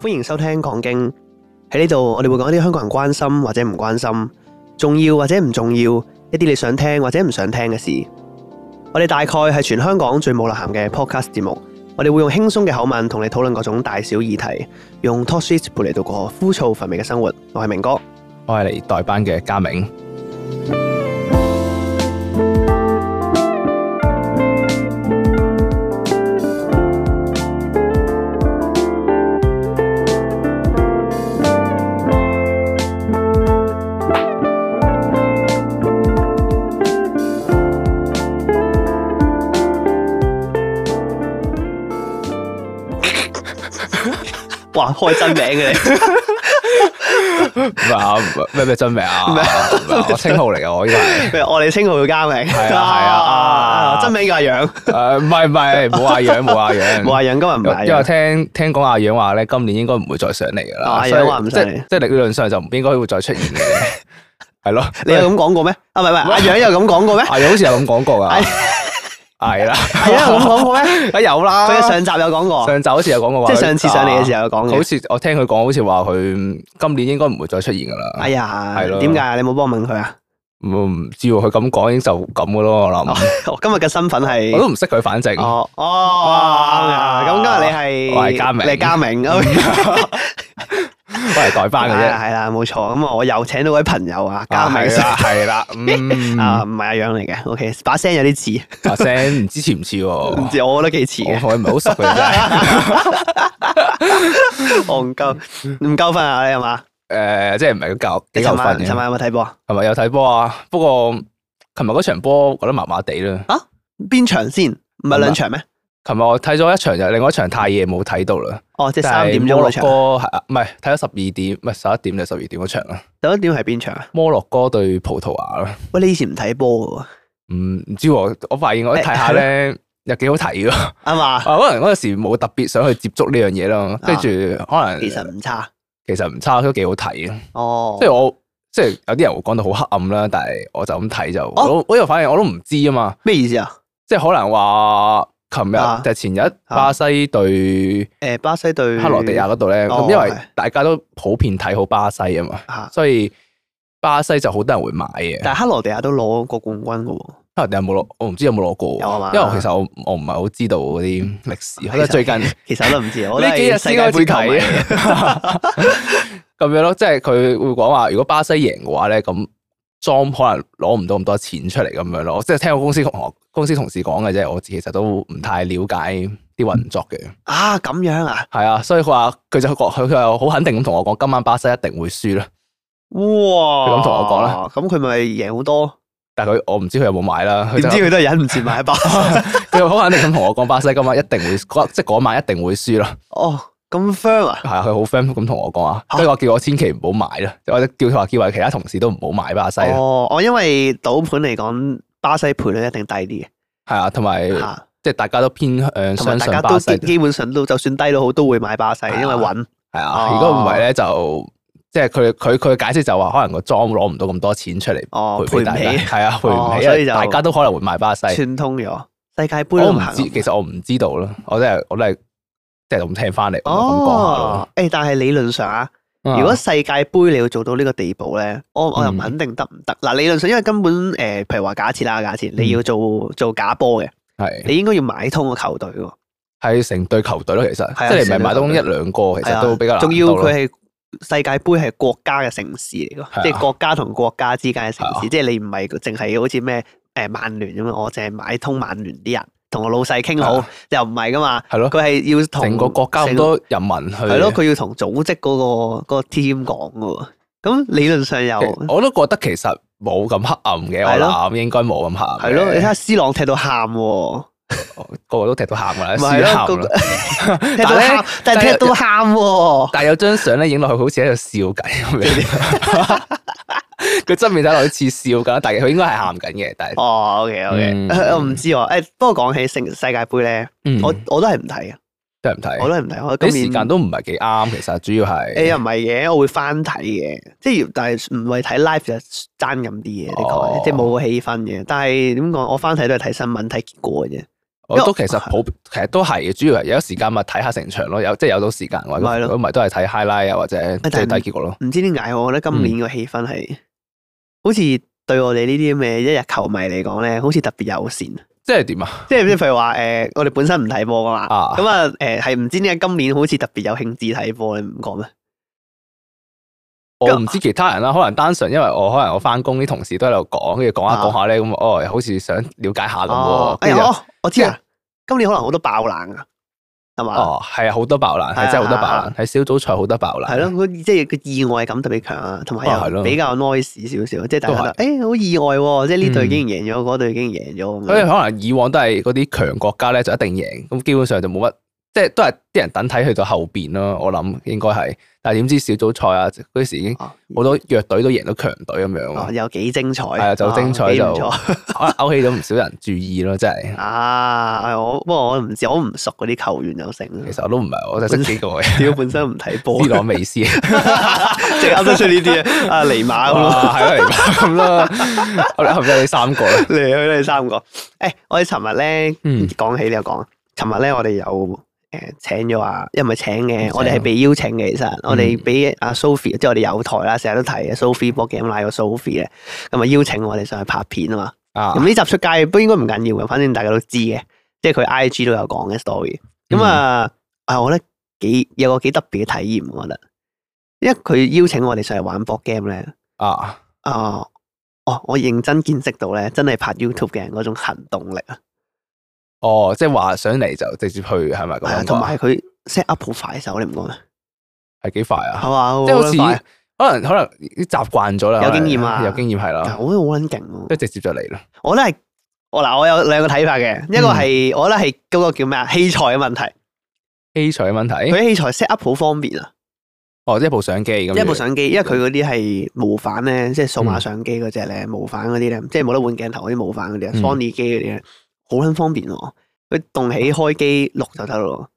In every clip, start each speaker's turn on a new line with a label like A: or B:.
A: 歡迎收聽講經喺呢度，我哋會講一啲香港人關心或者唔關心，重要或者唔重要，一啲你想聽或者唔想聽嘅事。我哋大概係全香港最冇內涵嘅 podcast 節目，我哋會用輕鬆嘅口吻同你討論各種大小議題，用 talk shit 陪你度過枯燥乏味嘅生活。我係明哥，
B: 我係嚟代班嘅嘉銘，
A: 哇，開真名嘅你，
B: 唔係啊唔係咩咩 真名啊？唔係我稱號嚟嘅，我依個係
A: 咩 我哋稱號叫嘉銘，
B: 係啊係 啊啊
A: 真名叫阿楊，
B: 誒唔係唔係冇阿樣冇阿樣，
A: 冇阿楊今日唔係阿
B: 因為
A: 楊，
B: 聽聽講阿樣話咧，今年應該唔會再上嚟
A: 哦
B: 噶啦，
A: 阿
B: 所以
A: 樣話唔上嚟
B: 即即理論上就唔應該會再 出現嘅，係咯？
A: 你有咁講過咩？啊，唔係唔係，阿楊有咁講 過咩？
B: 阿樣好似有咁講 過噶
A: 係，
B: 係啦，
A: 係啊，有咁講 過咩？
B: 啊 有啦，
A: 佢喺上集有講過，
B: 上集好似有講過
A: 即
B: 話佢，
A: 係上次上嚟嘅時候有講
B: 啊好
A: 嘅。
B: 似我聽佢講，好似話佢今年應該唔會再出現噶啦
A: 哎。呀
B: 係，咯
A: 點解啊？你冇幫我問佢啊？
B: 我唔知喎，佢咁講已經就咁噶咯，我諗。
A: 我今日嘅身份係
B: 我都唔識佢，反正。
A: 哦哦，啱嘅咁今日你係
B: 我係嘉銘
A: 你係嘉 銘，OK
B: 我嚟代班嘅
A: 係啦
B: 啫。
A: 係啦，冇錯。咁我又請到位朋友啊，嘉
B: 啊
A: 銘
B: 係啦，係啦，嗯，
A: 啊，唔係阿楊嚟嘅，OK，把聲有啲似，
B: 把聲唔知似唔似喎？
A: 唔知我覺得幾似
B: 我
A: 嘅，
B: 我唔係好熟佢真係。
A: 我唔夠唔夠分啊，你係嘛？
B: 誒，即係唔係夠幾
A: 你
B: 夠
A: 尋
B: 分
A: 晚
B: 嘅？
A: 尋晚有冇睇波啊？
B: 係咪有睇波啊？不過琴日嗰場波覺得麻麻地啦。
A: 邊場先？唔係兩場咩？
B: 琴日我睇咗一場，就另外一場太夜冇睇到啦。
A: 哦，即係
B: 但
A: 三點鐘
B: 摩洛
A: 嗰場。
B: 哥係啊唔係睇咗十二點，唔係十一點定十二點嗰場啦。
A: 第一點係邊場啊？
B: 摩洛哥對葡萄牙啦。
A: 喂，你以前唔睇波嘅
B: 唔唔知喎，我發現我一睇 下咧又幾好睇㗎。
A: 喎，啱嘛？
B: 啊，可能嗰陣時冇特別想去接觸呢樣嘢咯，跟住可能
A: 啊其實唔差。
B: 其實唔差，都幾好睇嘅。
A: 哦，
B: 即係我即係有啲人會講到好黑暗啦，但係我就咁睇就，
A: 哦
B: 我都我又反而我都唔知啊嘛。
A: 咩意思啊？
B: 即係可能話琴日
A: 啊
B: 就前日巴西對
A: 誒，呃巴西對
B: 克羅地亞嗰度咧，
A: 哦
B: 咁因為
A: 係
B: 大家都普遍睇好巴西啊嘛，
A: 嚇，
B: 所以巴西就好多人會買嘅。
A: 但係克羅地亞都攞過冠軍嘅喎。
B: 克羅地亞有冇攞？我唔知有冇攞過
A: 有啊嘛
B: 喎，因為我其實我我唔係好知道嗰啲歷史，
A: 實
B: 可能最近。
A: 其實我都唔 知，啊我都
B: 呢幾
A: 係世
B: 日先
A: 界
B: 開
A: 盃
B: 始
A: 球迷嚟
B: 睇
A: 嘅。
B: 咁樣咯，即係佢會講話，如果巴西贏嘅話咧，咁莊可能攞唔到咁多錢出嚟咁樣咯。即係聽我公司同學、公司同事講嘅啫，我其實都唔太了解啲運作嘅。
A: 啊，咁樣啊？
B: 係啊，所以佢話佢就講佢佢又好肯定咁同我講，今晚巴西一定會輸啦。
A: 哇！
B: 佢
A: 咁
B: 咁同我講啦，
A: 咁佢咪贏好多？
B: 但係佢我唔知佢有冇買啦。佢
A: 點
B: 就
A: 知佢都係忍唔住買一包。
B: 佢好肯定咁同我講，巴西今晚一定會，嗰即係嗰晚一定會輸啦。
A: 哦，咁 firm 啊？
B: 係啊，佢好 friend 咁同我講啊，
A: 嚇
B: 所以我叫我千祈唔好買啦，或者叫佢話叫埋其他同事都唔好買巴西啦。
A: 哦，我因為賭盤嚟講，巴西賠率一定低啲
B: 係啊，同埋
A: 嘅嚇，
B: 即係大家都偏向呃
A: 同埋
B: 相
A: 大
B: 信
A: 家
B: 巴
A: 都
B: 西
A: 基。基本上都就算低都好，都會買巴西，因為穩。哦
B: 系啊，如果唔係咧就即係佢佢佢嘅解釋就話可能個莊攞唔到咁多錢出嚟
A: 哦，
B: 賠
A: 賠
B: 俾
A: 唔
B: 大家，
A: 起，
B: 係啊賠唔
A: 哦
B: 起，
A: 所
B: 所
A: 以
B: 以
A: 就
B: 大家都可能會買巴西。
A: 串通咗世界盃
B: 我
A: 都
B: 唔
A: 唔行
B: 知，。其實我唔知道啦，我真係我都係即係咁聽翻嚟，我咁講下
A: 哦
B: 咯。，
A: 誒，但係理論上啊。
B: 啊
A: 如果世界盃你要做到呢個地步咧，我我又唔
B: 嗯
A: 肯定得唔得。嗱、理論上因為根本誒、呃譬如話假設啦，假
B: 嗯
A: 設你要做做假波嘅，
B: 係
A: 你應該要買通個球隊喎，
B: 係成隊球隊咯，其
A: 係啊
B: 實即係你唔係買
A: 成
B: 到一
A: 隊球隊
B: 兩個，其
A: 係啊
B: 實都比較難
A: 仲要
B: 到咯
A: 佢係世界盃係國家嘅城市嚟
B: 係
A: 㗎，
B: 啊
A: 即係國家同國家之間嘅城
B: 係
A: 市，即係你唔係淨係好似咩誒曼聯咁樣，啊我淨係買通曼聯啲人，同我老細傾好
B: 係啊，
A: 又唔係㗎嘛，
B: 係咯，
A: 佢係要同
B: 成個國家
A: 成
B: 咁多人民去
A: 係咯，佢要同組織嗰、個、個 team 講㗎喎，咁理論上又
B: 其我都覺得其實冇咁黑暗嘅，
A: 係
B: 我
A: 咯
B: 諗應該冇咁黑暗
A: 係
B: 嘅。
A: 咯，你睇下 C 朗踢到喊喎。
B: 哦個個都踢到喊噶啦，
A: 唔係
B: 輸
A: 咯
B: 喊
A: 個
B: 㗎
A: 個
B: 啦。
A: 踢到喊，但係踢到喊喎。
B: 但係有張相咧，影落去好似喺度笑緊咁樣。佢側面睇落好似笑緊，但係佢應該係喊緊嘅。但係
A: 哦，OK OK，
B: 嗯
A: 我唔知喎。誒，不過講起世世界盃咧，
B: 嗯
A: 我我都係唔睇嘅，啊
B: 真係唔
A: 我
B: 睇，
A: 都係唔睇。我今
B: 啲
A: 年
B: 時間都唔係幾啱。其實主要
A: 誒
B: 係
A: 又唔係嘅，我會翻睇嘅，即係但係唔係睇 live 就爭咁啲嘢，的確
B: 哦
A: 即係冇個氣氛嘅。但係點講，我翻睇都係睇新聞睇結果嘅啫。
B: 我
A: 因為
B: 都其實普，其實都係嘅，主要係有時間咪睇下成場咯，有即係有到時間嘅話，
A: 咪係
B: 咁
A: 咯
B: 如果唔係都係睇 highlight 啊或者
A: 但係
B: 最低結果咯。
A: 唔知點解，我覺得今年個氣氛係、好似對我哋呢啲咁嘅一日球迷嚟講咧，好似特別友善。
B: 即係點啊？
A: 即係即係譬如話誒、呃我哋本身唔睇波噶嘛，
B: 啊
A: 咁啊誒係唔知點解今年好似特別有興致睇波，你唔講咩？
B: 我唔知其他人啦，可能單純因為我可能我翻工啲同事都喺度講，跟住講下
A: 啊
B: 講下咧，咁哦，好似想了解啊下咁喎
A: 哦，。哎
B: 跟
A: 呀，
B: 住就
A: 哦我知啊，今年可能好多爆冷啊，係嘛？
B: 哦，係啊，好多爆冷，
A: 係啊
B: 係真係好多
A: 係啊
B: 爆冷，喺小組賽好多爆冷。
A: 係咯，嗰啊即係個意外感特別強啊，同
B: 啊係
A: 埋又
B: 咯
A: 比較 noise 少少，即係大家
B: 都
A: 覺
B: 係
A: 得誒好意外喎，即係呢隊
B: 嗯
A: 竟然贏咗，嗰隊竟然贏咗咁
B: 所以
A: 樣。
B: 可能以往都係嗰啲強國家咧就一定贏，咁基本上就冇乜，即係都係啲人等睇去到後邊咯。我諗應該係，但係點知小組賽啊嗰時已經
A: 哦
B: 好多弱隊都贏到強隊咁樣
A: 哦，
B: 喎，
A: 有幾精彩，
B: 係啊就精彩
A: 哦幾唔錯
B: 就 可能勾起咗唔少人注意咯，真係。
A: 啊！哎我不過我唔知，我唔熟嗰啲球員又成，
B: 其實我都唔係，我就識幾個嘅，
A: 屌本身唔睇波，
B: 斯朗美斯，
A: 即係噏得出呢啲啊，啊尼馬咁咯。
B: 哇係咯嚟咁啦，我哋合咗你三個啦，
A: 嚟去你三個。誒、我哋尋日咧
B: 嗯
A: 講起你又講，尋日咧我哋有誒、請咗啊，又唔係請嗯嘅，我哋係
B: 請
A: 被邀請嘅。其實我哋俾阿 Sophie，即係我哋有台啦，成日都提嘅 Sophie 波 game 拉個 Sophie 咧，咁啊邀請我哋上去拍片啊嘛。
B: 啊
A: 咁呢集出街都應該唔緊要嘅，反正大家都知嘅，即係佢 IG 都有講嘅 story。咁啊，啊我覺得幾有個幾特別嘅體驗，我覺得，因為佢邀請我哋上嚟玩波 game 咧。
B: 啊，
A: 啊、哦，我認真見識到咧，真係拍 YouTube 嘅人嗰種行動力啊，
B: 哦，即係話想嚟就直接去係咪咁
A: 係啊，
B: 樣？
A: 同埋佢 set up 好快手，你唔覺咩？
B: 係幾快啊？
A: 係嘛，
B: 即係好
A: 覺得快
B: 似可能可能習慣咗啦，
A: 有經驗啊
B: 有經驗係
A: 我
B: 啦
A: 覺得，好撚勁喎！
B: 即係直接就嚟啦。
A: 我覺得係我嗱，我有兩個睇法嘅，一個
B: 嗯
A: 係我覺得係嗰個叫咩啊器材嘅問題，
B: 器材嘅問題，
A: 佢器材 set up 好方便啊，
B: 哦，即係部相機咁樣，
A: 一部相機，因為佢嗰啲係無反咧，即係數
B: 嗯
A: 碼相機嗰只咧，無反嗰啲咧，即係冇得換鏡頭嗰啲無反嗰啲啊
B: 嗯
A: ，Sony 機嗰啲咧，好撚方便喎！佢動起開機錄就得咯。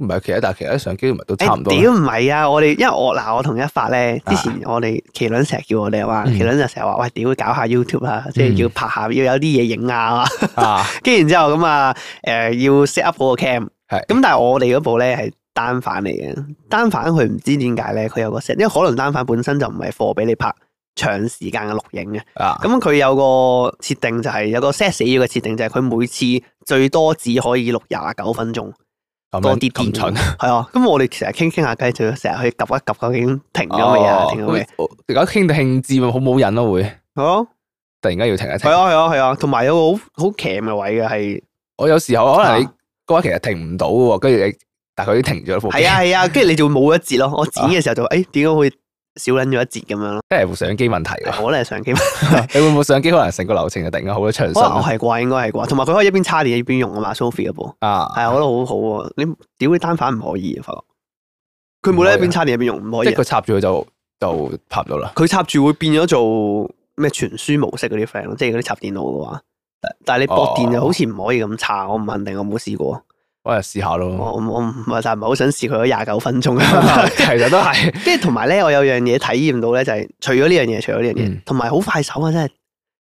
B: 唔係其他，但係其他相機唔係都
A: 誒
B: 差唔多。啊
A: 屌唔係啊！我哋因為我嗱，我同一發咧，之前我哋麒麟成日叫我哋話，
B: 嗯
A: 麒麟就成日話喂，屌搞下 YouTube 啊，即係要拍下，要有啲嘢影下啊。
B: 啊，
A: 跟住然之後咁啊，誒要 set up 好個 cam。
B: 係
A: 咁但係我哋嗰部咧係單反嚟嘅，單反佢唔知點解咧，佢有個 set，因為可能單反本身就唔係貨俾你拍長時間嘅錄影嘅。
B: 啊，
A: 咁佢有個設定就係有個 set 死咗嘅設定就係佢每次最多只可以錄廿九分鐘。
B: 咁
A: 多
B: 樣
A: 啲電
B: 咁蠢。
A: 係啊，咁我哋成日傾傾下偈，就成日去及一及究竟停咗未啊？
B: 哦
A: 停咗未？
B: 我而家傾到興致咪好冇癮咯，會
A: 係啊，
B: 突然間要停一
A: 係
B: 停。
A: 啊，係啊，係啊，同埋有個好好騎嘅位嘅係，
B: 我有時候可能你
A: 啊
B: 嗰刻其實停唔到嘅喎，跟住你但係佢已經停咗部機，
A: 係啊，係啊，跟住你就會冇一節咯。我
B: 啊
A: 剪嘅時候就誒點解會少撚咗一節咁樣咯？
B: 即係部相機問題喎。
A: 我咧相機，
B: 你會唔會相機可能成個流程就突然間好多暢
A: 可能我
B: 順
A: 係啩，應該係啩。同埋佢可以一邊叉電一邊用啊嘛，Sophie 嗰部係
B: 啊？
A: 啊，我覺得好好喎。你屌你單反唔可以啊，發覺佢冇得一邊叉電一邊用，唔可
B: 即
A: 以
B: 係
A: 啊。
B: 佢插住佢就就拍唔到啦。
A: 佢插住會變咗做咩傳輸模式嗰啲 friend 咯，即係嗰啲插電腦嘅話。但但係你駁電就好似唔可以咁插，我唔肯定，我冇試過。
B: 我就試下咯。
A: 我我我唔係，但係唔係好想試佢嗰廿九分鐘。
B: 其實都係。
A: 跟住同埋咧，我有樣嘢體驗到咧，就係除咗呢樣嘢，除咗呢樣嘢
B: 嗯，
A: 同埋好快手啊！真係，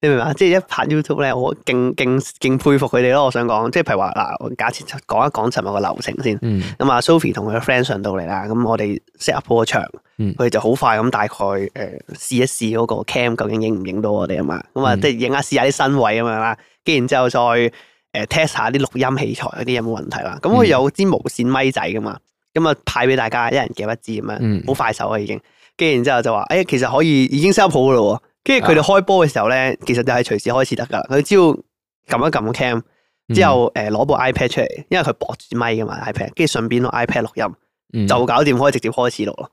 A: 你明唔明啊？即係一拍 YouTube 咧，我勁勁勁佩服佢哋咯。我想講，即係譬如話嗱，我假設講一講尋日個流程先。
B: 嗯，
A: 咁啊，Sophie 同佢嘅 friend 上到嚟啦，咁我哋 set up 好個場，
B: 嗯
A: 佢哋就好快咁大概誒試一試嗰個 cam 究竟影唔影到我哋啊嘛，咁啊
B: 嗯
A: 即係影下試下啲身位咁樣啦，跟住然之後再誒 test 下啲錄音器材嗰啲有冇問題啦。咁佢
B: 嗯
A: 有支無線咪仔噶嘛，咁啊派俾大家一人夾一支咁
B: 嗯
A: 樣，好快手啊已經。跟住然之後就話誒、哎其實可以已經 set up 好噶咯喎。跟
B: 啊
A: 住佢哋開波嘅時候咧，其實就係隨時開始得噶啦，佢只要撳一撳個 cam。之
B: 嗯
A: 後誒攞部 iPad 出嚟，因為佢駁住咪噶嘛 iPad，跟住順便攞 iPad 錄音，
B: 嗯
A: 就搞掂，可以直接開始錄咯。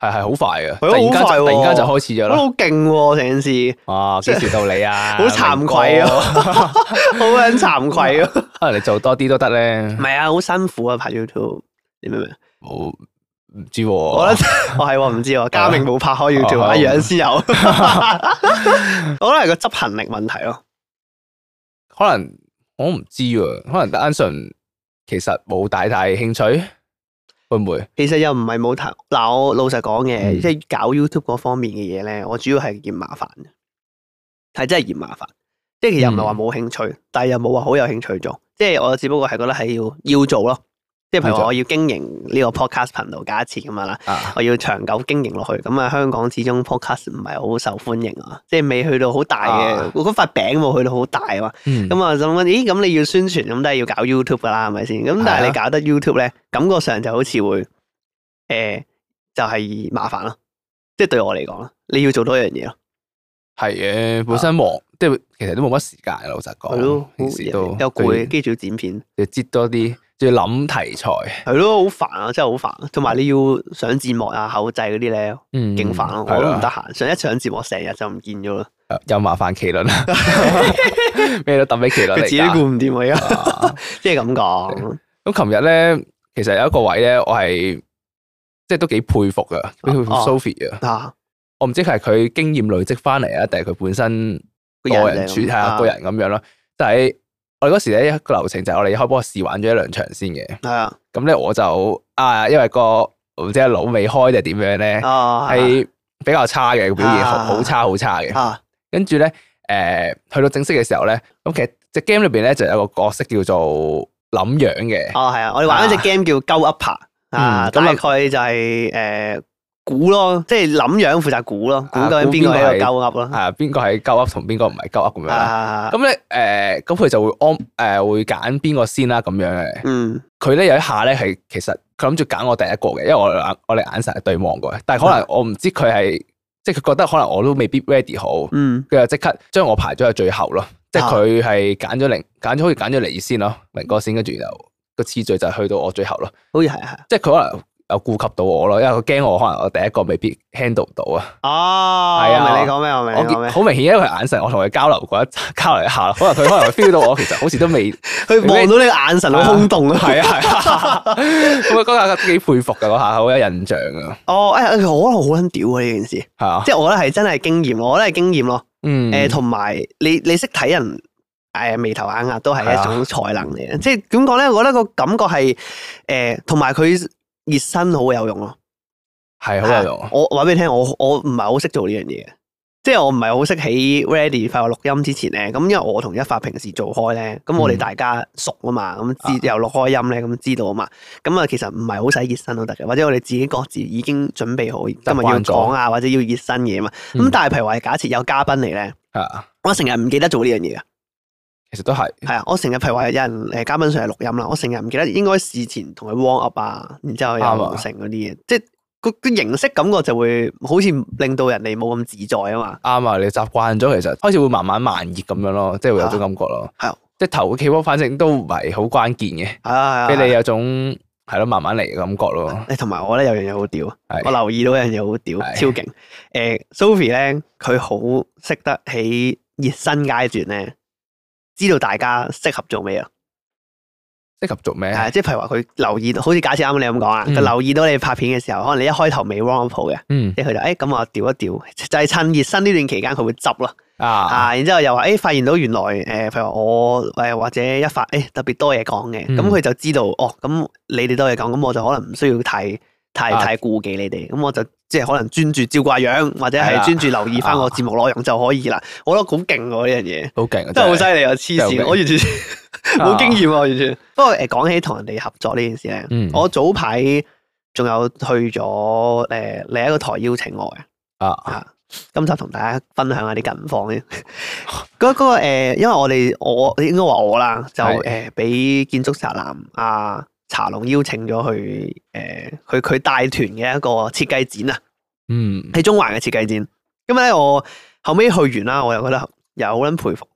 B: 係係好快嘅，
A: 係
B: 突
A: 咯
B: 然間
A: 好快
B: 就
A: 喎
B: 突然間就開始
A: 我覺
B: 咗
A: 得
B: 啦。
A: 好勁喎，成件事
B: 哇！幾時到你 啊？
A: 好慚愧啊
B: 明哥！
A: 好撚慚愧 啊！
B: 可能你做多啲都得咧
A: 唔。係啊，好辛苦啊拍 YouTube，你明唔明？
B: 冇唔知喎，
A: 我覺得我係喎，唔 知喎，嘉明冇拍開 YouTube，
B: 哦
A: 阿楊先有。 我覺得係個執行力問題咯。
B: 可能我唔知喎，可能單純其實冇大大興趣，會唔會？
A: 其實又唔係冇談嗱，我老實講嘅，
B: 嗯
A: 即係搞 YouTube 嗰方面嘅嘢咧，我主要係嫌麻煩嘅，係真係嫌麻煩。即係其實唔係
B: 嗯
A: 話冇興趣，但係又冇話好有興趣做。即係我只不過係覺得係要要做咯。即係譬如
B: 要
A: 話
B: 做
A: 我要經營呢個 podcast 頻道，假設咁樣啦，
B: 啊，
A: 我要長久經營落去。咁啊，香港始終 podcast 唔係好受歡迎啊，即係未去到好大嘅
B: 啊，
A: 嗰塊餅冇去到好大啊嘛。
B: 嗯
A: 咁啊，就諗緊咦，咁你要宣傳，咁都係要搞 YouTube 噶啦，係咪先？咁但係你
B: 係啊
A: 搞得 YouTube 咧，感覺上就好似會誒，就係麻煩咯。即係對我嚟講啦，你要做多一樣嘢咯，
B: 係嘅，本身忙，即係其實都冇乜時間，啊老實
A: 係咯
B: 講，，平時都
A: 又攰，跟住仲要剪片，
B: 要擠多啲，仲要諗題材，
A: 係咯，好煩啊，真係好煩。同埋你要上字幕啊、後製嗰啲咧，
B: 嗯，
A: 勁煩咯，我
B: 係
A: 都唔
B: 啦
A: 得閒。上一上字幕，成日就唔見咗啦，
B: 又麻煩麒麟啦， 咩都抌俾麒麟
A: 佢
B: 嚟
A: 自己
B: 㗎
A: 顧唔掂啊，而 家
B: 啊
A: 即係咁講，
B: 咁琴日咧，其實有一個位咧，我係即係都幾佩服噶，佩服
A: 哦
B: Sophie 啊！
A: 啊，
B: 我唔知係佢經驗累積翻嚟啊，定係佢本身
A: 個
B: 個
A: 人
B: 人
A: 就
B: 處
A: 係咁
B: 係啊個人咁樣啦。但係我哋嗰時咧一個流程就係我哋開波試玩咗一兩場先嘅。
A: 係啊，
B: 咁咧我就啊，因為個唔知係腦未開定係點樣咧，
A: 啊，
B: 係比較差嘅個表現，好
A: 啊
B: 好差好差嘅。
A: 啊，
B: 跟住咧，誒去到正式嘅時候咧，咁其實隻 game 裏邊咧就有個角色叫做諗樣嘅。
A: 哦，係啊，我哋玩嗰只 game 叫鳩 upper 啊，大
B: 嗯咁啊
A: 概就係誒估咯，即係諗樣負責估咯，估
B: 啊
A: 究竟邊個
B: 估邊個
A: 喺
B: 係
A: 度鳩噏咯，
B: 啊，邊個係鳩噏同邊個唔係鳩噏咁樣啦。
A: 啊，
B: 咁咧誒，咁佢就會安誒、會揀邊個先啦咁樣嘅。
A: 嗯，
B: 佢咧有一下咧係其實佢諗住揀我第一個嘅，因為我哋眼我哋眼神係對望過嘅。但係可能我唔知佢係即係佢覺得可能我都未必 ready 好，
A: 嗯，
B: 佢就即刻將我排咗喺最後咯。即係
A: 啊
B: 佢係揀咗零揀咗好似揀咗你先咯，明哥先，跟住就個次序就係去到我最後咯。
A: 好似係係，
B: 即係佢可能有顧及到我咯，因為佢驚我可能我第一個未必 handle 到啊。
A: 哦，
B: 係啊
A: 我明你講咩，我明
B: 我
A: 你講咩
B: 見，好明顯，因為佢眼神，我同佢交流過一 交流一下啦，可能佢可能 feel 到我其實好似都 未
A: 佢望到你個眼神好空洞啊，
B: 係啊係 啊，咁啊嗰下幾佩服噶嗰下，好有印象啊，
A: 哦，誒，誒我覺得好撚屌啊呢件事，
B: 係啊，
A: 即係我覺得係真係經驗，我覺得係經驗咯，
B: 嗯
A: 誒，同埋你你識睇人。誒眉頭眼額都係一種才能嚟嘅，即係點講咧？我覺得個感覺係誒，同埋佢熱身好有用咯。
B: 係好有用，
A: 我話俾你聽，我我唔係好識做呢樣嘢嘅，即係我唔係好識喺 ready 快樂錄音之前咧。咁因為我同一發平時做開咧，咁我哋
B: 嗯
A: 大家熟啊嘛，咁
B: 啊
A: 知又錄開音咧，咁知道啊嘛。咁啊，其實唔係好使熱身都得嘅，或者我哋自己各自已經準備好今日要
B: 慣咗
A: 講啊，或者要熱身嘢嘛。咁
B: 嗯
A: 但係譬如話假設有嘉賓嚟咧，
B: 係啊，
A: 我成日唔記得做呢樣嘢嘅，
B: 其實都係，
A: 係啊，我成日譬如話有人誒嘉賓上嚟錄音啦，我成日唔記得應該事前同佢 warm up 啊，然之後
B: 啱
A: 又
B: 啊
A: 成嗰啲嘢，即係。個個形式感覺就會好似令到人哋冇咁自在啊嘛，
B: 啱啊，你習慣咗，其實開始會慢慢慢熱咁樣咯，即係會有種感覺咯，
A: 係啊
B: 即係頭嗰幾波，反正都唔係好關鍵嘅，
A: 係啊
B: 俾
A: 係啊
B: 你
A: 係啊。
B: 有種係咯慢慢嚟嘅感覺咯，
A: 誒同埋我覺得有樣嘢好屌，我
B: 係
A: 留意到有樣嘢好屌，
B: 係
A: 超勁。誒 Sophie 咧，佢好識得喺熱身階段咧，知道大家適合做咩啊。
B: 適合做咩？
A: 係啊即係譬如話佢留意到，好似假設啱啱你咁講啊，
B: 嗯
A: 佢留意到你拍片嘅時候，可能你一開頭未 warm up 好嘅，
B: 嗯
A: 即係佢就誒咁我調一調，就係趁熱身呢段期間佢會執咯。
B: 啊，
A: 啊，然之後又話，誒、發現到原來誒、譬如話我誒或者一發，誒、特別多嘢講嘅，咁
B: 嗯
A: 佢、就知道，哦，咁你哋多嘢講，咁我就可能唔需要太太
B: 啊
A: 太顧忌你哋，咁我就即係可能專注照掛樣，或者
B: 係
A: 係
B: 啦
A: 專注留意翻我
B: 啊
A: 節目內容就可以啦。我覺得好勁喎呢樣嘢，
B: 好勁啊，
A: 真係好犀
B: 係
A: 利啊！黐
B: 真
A: 線，
B: 係好勁
A: 我完全冇
B: 啊
A: 經驗啊，完全。不過誒，講起同人哋合作呢件事咧，
B: 嗯
A: 我早排仲有去咗誒、另一個台邀請我嘅。
B: 啊，
A: 啊，今集同大家分享下啲近況 先。嗰嗰個誒，因為我哋我應該話我啦，就
B: 係
A: 誒俾建築宅男啊茶龍邀請咗去誒，佢佢帶團嘅一個設計展啊，
B: 嗯，
A: 喺中環嘅設計展。咁咧我後尾去完啦，我又覺得又好撚佩服，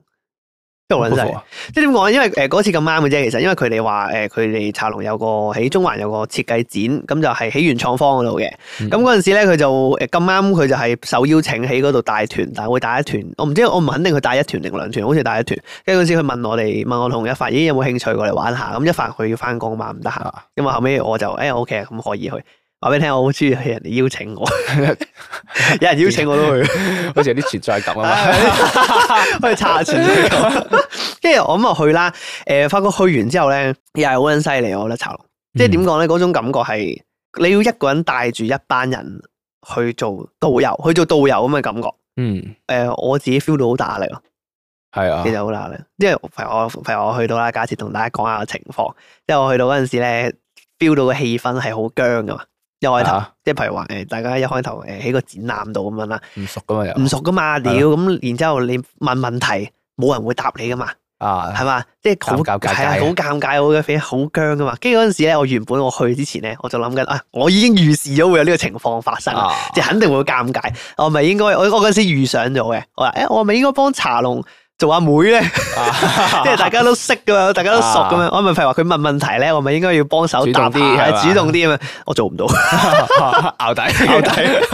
A: 真係好撚犀利
B: 好。啊
A: 即係點講咧？因為呃誒嗰次咁啱嘅啫，其實因為佢哋話誒佢哋茶龍有個喺中環有個設計展，咁就係喺原創方嗰度嘅。
B: 嗯
A: 咁嗰陣時咧，佢就誒咁啱佢就係受邀請喺嗰度帶團，但係會帶一團，我唔知我唔肯定佢帶一團定兩團，好似帶一團。跟住嗰陣時佢問我哋問我同一發，咦有冇興趣過嚟玩下？咁一發佢要翻工嘛，唔得閒。
B: 啊
A: 咁啊後尾我就誒 O K 啊，咁可以去。話俾你聽，我好中意係人哋邀請我， 有人邀請我都去。
B: 好似有啲存在感 啊嘛。
A: 我哋查
B: 啊
A: 存在感。 跟住我咁啊去啦，誒、發覺去完之後咧，又係好撚犀利，我覺得茶龍，
B: 嗯
A: 即係點講咧？嗰種感覺係你要一個人帶住一班人去做導遊，去做導遊咁嘅感覺。誒、
B: 嗯，
A: 我自己 feel 到好大壓力咯，
B: 係啊
A: 其，實好難啦，因為譬如我譬如我去到啦，假設同大家講下個情況，因為我去到嗰陣時咧，feel 到個氣氛係好僵噶嘛。一開頭，
B: 啊
A: 即係譬如話誒，大家一開頭誒喺個展覽度咁樣啦，
B: 唔熟噶嘛又
A: 唔熟噶嘛，屌咁，然之後你問問題，冇人會答你噶嘛，
B: 啊，
A: 係嘛？即係好
B: 尷尬尷尬
A: 係啊，好尷尬，好嘅 f 好僵噶嘛。跟住嗰陣時咧，我原本我去之前咧，我就諗緊啊，我已經預示咗會有呢個情況發生。
B: 啊
A: 就 肯定會尷尬。我咪應該，我我嗰陣時遇上咗嘅，我話誒、欸我咪應該幫茶龍做阿妹咧，
B: 啊
A: 即係大家都識噶嘛，大家都熟咁樣。我咪譬如話佢問問題咧，我咪應該要幫手答
B: 主動啲
A: 下
B: 係嘛
A: 主動啲咁樣。我做唔到，
B: 拗底拗底，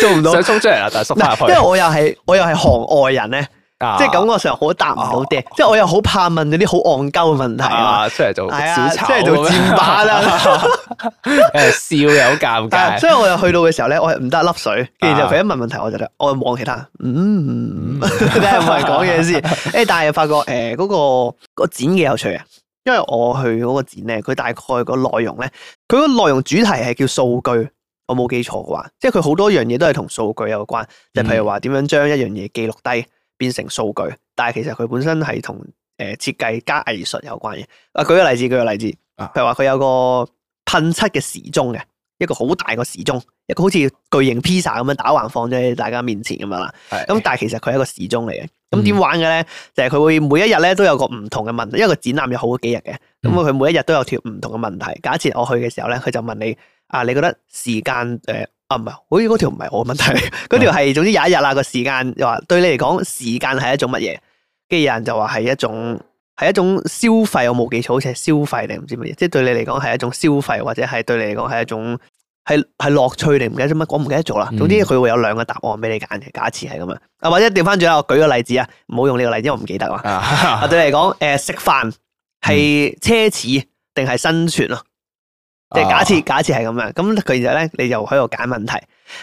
A: 做唔到。
B: 想衝出嚟啦，但係縮翻
A: 嗱
B: 入
A: 因為
B: 去，
A: 我又係我又係行外人咧，
B: 啊
A: 即係感覺上好答唔到啲，即係我又好怕問嗰啲好戇鳩嘅問題
B: 係
A: 啊。
B: 哦啊，出嚟做
A: 係啊，
B: 小
A: 即
B: 丑
A: 係做
B: 咁樣
A: 箭靶 啦。
B: 誒笑又好尷
A: 但係
B: 尬，
A: 所以我又去到嘅時候咧，我係唔得粒水，跟住就佢一問問題，我就得我望其他人， 嗯，睇下有冇人講嘢先。誒，但係又發覺誒嗰個個展幾有趣啊，因為我去嗰個展咧，佢大概個內容咧，佢個內容主題係叫數據。我冇記錯嘅話，即係佢好多樣嘢都係同數據有關，就譬如話點樣將一樣嘢記錄低變成數據，但係其實佢本身係同誒設計加藝術有關嘅。啊，舉個例子，舉個例子，
B: 啊
A: 譬如話佢有個噴漆嘅時鐘嘅，一個好大個時鐘，一個好似巨型披薩咁樣打橫放咗喺大家面前咁樣啦。咁
B: 咁
A: 但係其實佢係一個時鐘嚟嘅。
B: 嗯
A: 咁點玩嘅咧？就係佢會每一日咧都有個唔同嘅問題，因為個展覽有好幾日嘅。咁
B: 嗯
A: 佢每一日都有條唔同嘅問題。假設我去嘅時候咧，佢就問你啊，你覺得時間誒、呃啊唔係，好似嗰條唔係我嘅問題，
B: 嗯
A: 嗰條係總之有一日啦個時間，又話對你嚟講時間係一種乜嘢？跟住有人就話係一種係一種消費，我冇記錯，好似係消費定唔知乜嘢，即係對你嚟講係一種消費，或者係對你嚟講係一種係係樂趣定唔記得咗乜，我唔記得咗啦。
B: 嗯
A: 總之佢會有兩個答案俾你揀嘅，假設係咁啊，啊或者調翻轉啦，我舉個例子啊，唔好用呢個例子，因為我唔記得啦。啊
B: 啊，
A: 對你嚟講，誒食飯係奢侈定係生存啊？即係假設假設係咁樣，咁佢就咧你就喺度揀問題。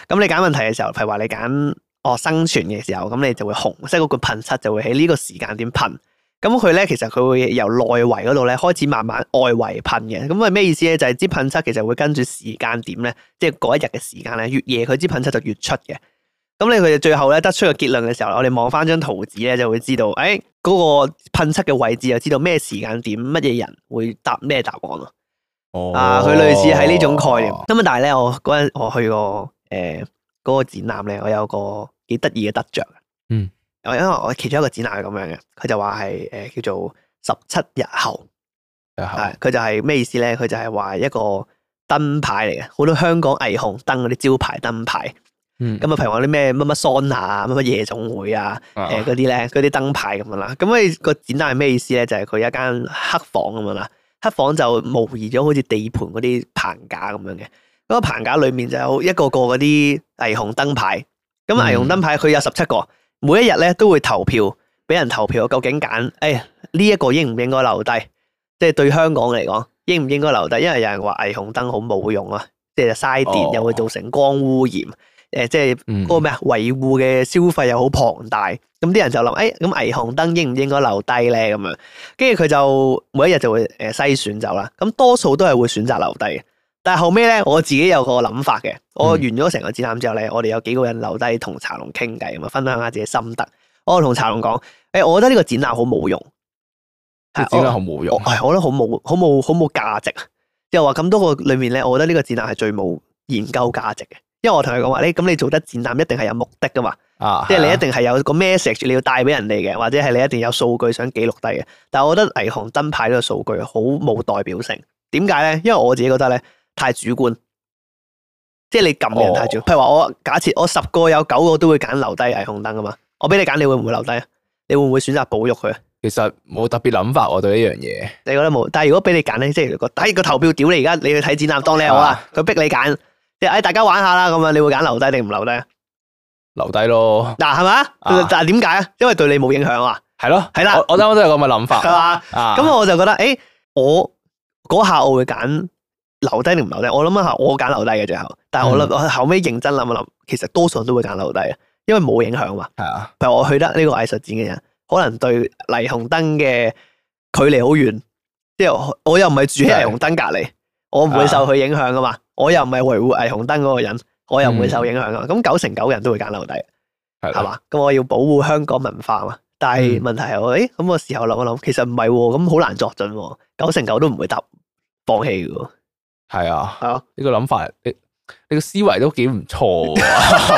A: 咁你揀問題嘅時候，譬如話你揀哦生存嘅時候，咁你就會紅色嗰個噴漆就會喺呢個時間點噴。咁佢咧其實佢會由內圍嗰度咧開始慢慢外圍噴嘅。咁係咩意思咧？就係支噴漆其實會跟住時間點咧，即係嗰一日嘅時間咧，越夜佢支噴漆就越出嘅。咁你佢哋最後咧得出個結論嘅時候，我哋望翻張圖紙咧就會知道，誒、嗰、個噴漆嘅位置就知道咩時間點乜嘢人會答咩答案咯。
B: 哦
A: 啊，佢類似係呢種概念。咁啊，但係咧，我嗰陣我去過誒嗰個展覽咧，我有個幾得意嘅得着。啊
B: 嗯，
A: 我因為我其中一個展覽係咁樣嘅，佢就話係誒叫做十七日後，
B: 哦
A: 係佢就係咩意思咧？佢就係話一個燈牌嚟嘅，好多香港霓虹燈嗰啲招牌燈牌。
B: 嗯
A: 咁啊，譬如話啲咩乜乜桑拿啊，乜乜夜總會啊。
B: 啊
A: 誒嗰啲咧，嗰啲燈牌咁樣啦。咁佢個展覽係咩意思咧？就係、佢一間黑房咁樣啦，黑房就模擬咗好似地盤嗰啲棚架咁樣嘅。嗰、個棚架裏面就有一個個嗰啲霓虹燈牌。咁
B: 嗯
A: 霓虹燈牌佢有十七個，每一日咧都會投票，俾人投票究竟揀，誒呢一個應唔應該留低？即係對香港嚟講，應唔應該留低？因為有人話霓虹燈好冇用啊，即係嘥電，
B: 哦
A: 又會造成光污染。誒、即係
B: 嗯
A: 嗰個咩啊，維護嘅消費又好龐大，咁啲人就諗，誒、哎咁霓虹燈應唔應該留低咧？咁樣，跟住佢就每一日就會誒篩選走啦。咁多數都係會選擇留低嘅。但係後尾咧，我自己有個諗法嘅。我完
B: 嗯
A: 咗成個展覽之後咧，我哋有幾個人留低同茶龍傾偈咁啊，分享下自己心得。我同茶龍講，誒、哎我覺得呢個展覽好冇用，
B: 啲
A: 係
B: 展覽
A: 我
B: 好冇
A: 我
B: 用，
A: 係我覺得好冇好冇好冇價值啊！又話咁多個裏面咧，我覺得呢個展覽係最冇研究價值嘅，因為我同佢講話，你咁你做得展覽一定係有目的噶嘛，
B: 啊
A: 即係你一定係有個 message 你要帶俾人哋嘅，或者係你一定有數據想記錄低嘅。但係我覺得霓虹燈牌呢個數據好冇代表性，點解咧？因為我自己覺得咧太主觀，即係你撳嘅人太主觀。譬如話我假設我十個有九個都會揀留低霓虹燈噶嘛，我俾你揀，你會唔會留低啊？你會唔會選擇保育佢啊？
B: 其實冇特別諗法喎對呢樣嘢。
A: 你覺得冇？但係如果俾你揀咧，即係個第一個投票屌你而家你去睇展覽當你係我啦
B: 啊，
A: 佢逼你揀，即係誒哎大家玩下啦咁啊，你會揀留低定唔留低啊？
B: 留低咯，
A: 嗱係嘛？
B: 啊
A: 但係點解啊？因為對你冇影響啊，
B: 係咯，
A: 係啦
B: 我我啱啱都有咁嘅諗
A: 係
B: 法，
A: 嘛？
B: 啊，
A: 咁我就覺得誒，我嗰下我會揀留低定唔留低？我諗一下，我揀留低嘅最後，但係我
B: 嗯
A: 諗我後尾認真諗一諗，其實多數人都會揀留低嘅，因為冇影響嘛。
B: 係啊，
A: 譬如我去得呢個藝術展嘅人，可能對霓虹燈嘅距離好遠，即係我我又唔係住喺霓虹燈隔離，我
B: 啊
A: 唔會受佢影響噶嘛，我又唔係維護霓虹燈嗰個人，我又唔會受影響噶嘛，咁九成九人都會揀留低，
B: 嗯係
A: 係
B: 啦
A: 嘛？咁我要保護香港文化嘛，但係
B: 嗯
A: 問題係我，誒咁我事後諗一諗，其實唔係喎，咁好難作準喎，九成九都唔會答放棄嘅喎，
B: 系啊，
A: 係 啊，
B: 呢個諗法，你你個思維都幾唔錯喎。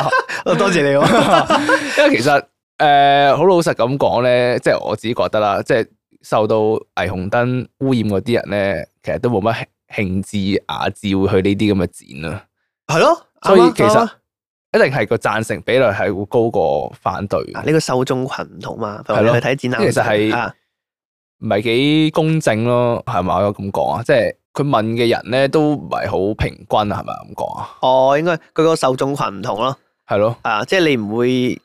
A: 多謝你喎，
B: 因為其實诶，呃好、老實咁講咧，即係我自己覺得啦，即係受到霓虹燈污染嗰啲人咧，其實都冇乜興致雅致會去呢啲咁嘅展啦。 啊
A: 係咯，
B: 所以
A: 啱啊
B: 其實
A: 啱啊
B: 一定係個贊成比率係會高過反對，
A: 啊呢個受眾群唔同嘛，譬
B: 係
A: 如
B: 咯
A: 我哋去睇展覽，
B: 其實係
A: 啊
B: 唔係幾公正咯，係咪我咁講啊？即係佢問嘅人咧都唔係好平均啊，係咪咁講啊？
A: 哦，應該佢個受眾群唔同咯，
B: 係咯，
A: 啊，即係你唔會誒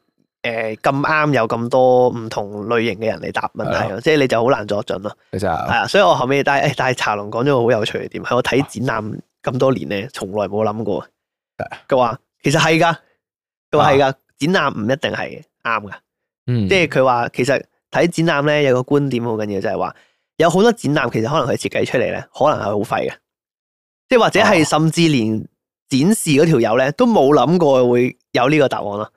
A: 咁啱有咁多唔同類型嘅人嚟答問題咯，即係你就好難作準咯。
B: 其實
A: 係啊，所以我後尾但係誒，但係茶龍講咗個好有趣嘅點，係我睇展覽咁多年咧，從來冇諗過。佢話其實係㗎，佢話係㗎，展覽唔一定係嘅啱㗎。
B: 嗯，
A: 即係佢話其實睇展覽咧有個觀點好緊要，就係話有好多展覽其實可能佢設計出嚟咧，可能係好廢嘅，即係或者
B: 哦
A: 係甚至連展示嗰條友咧都冇諗過會有呢個答案咯。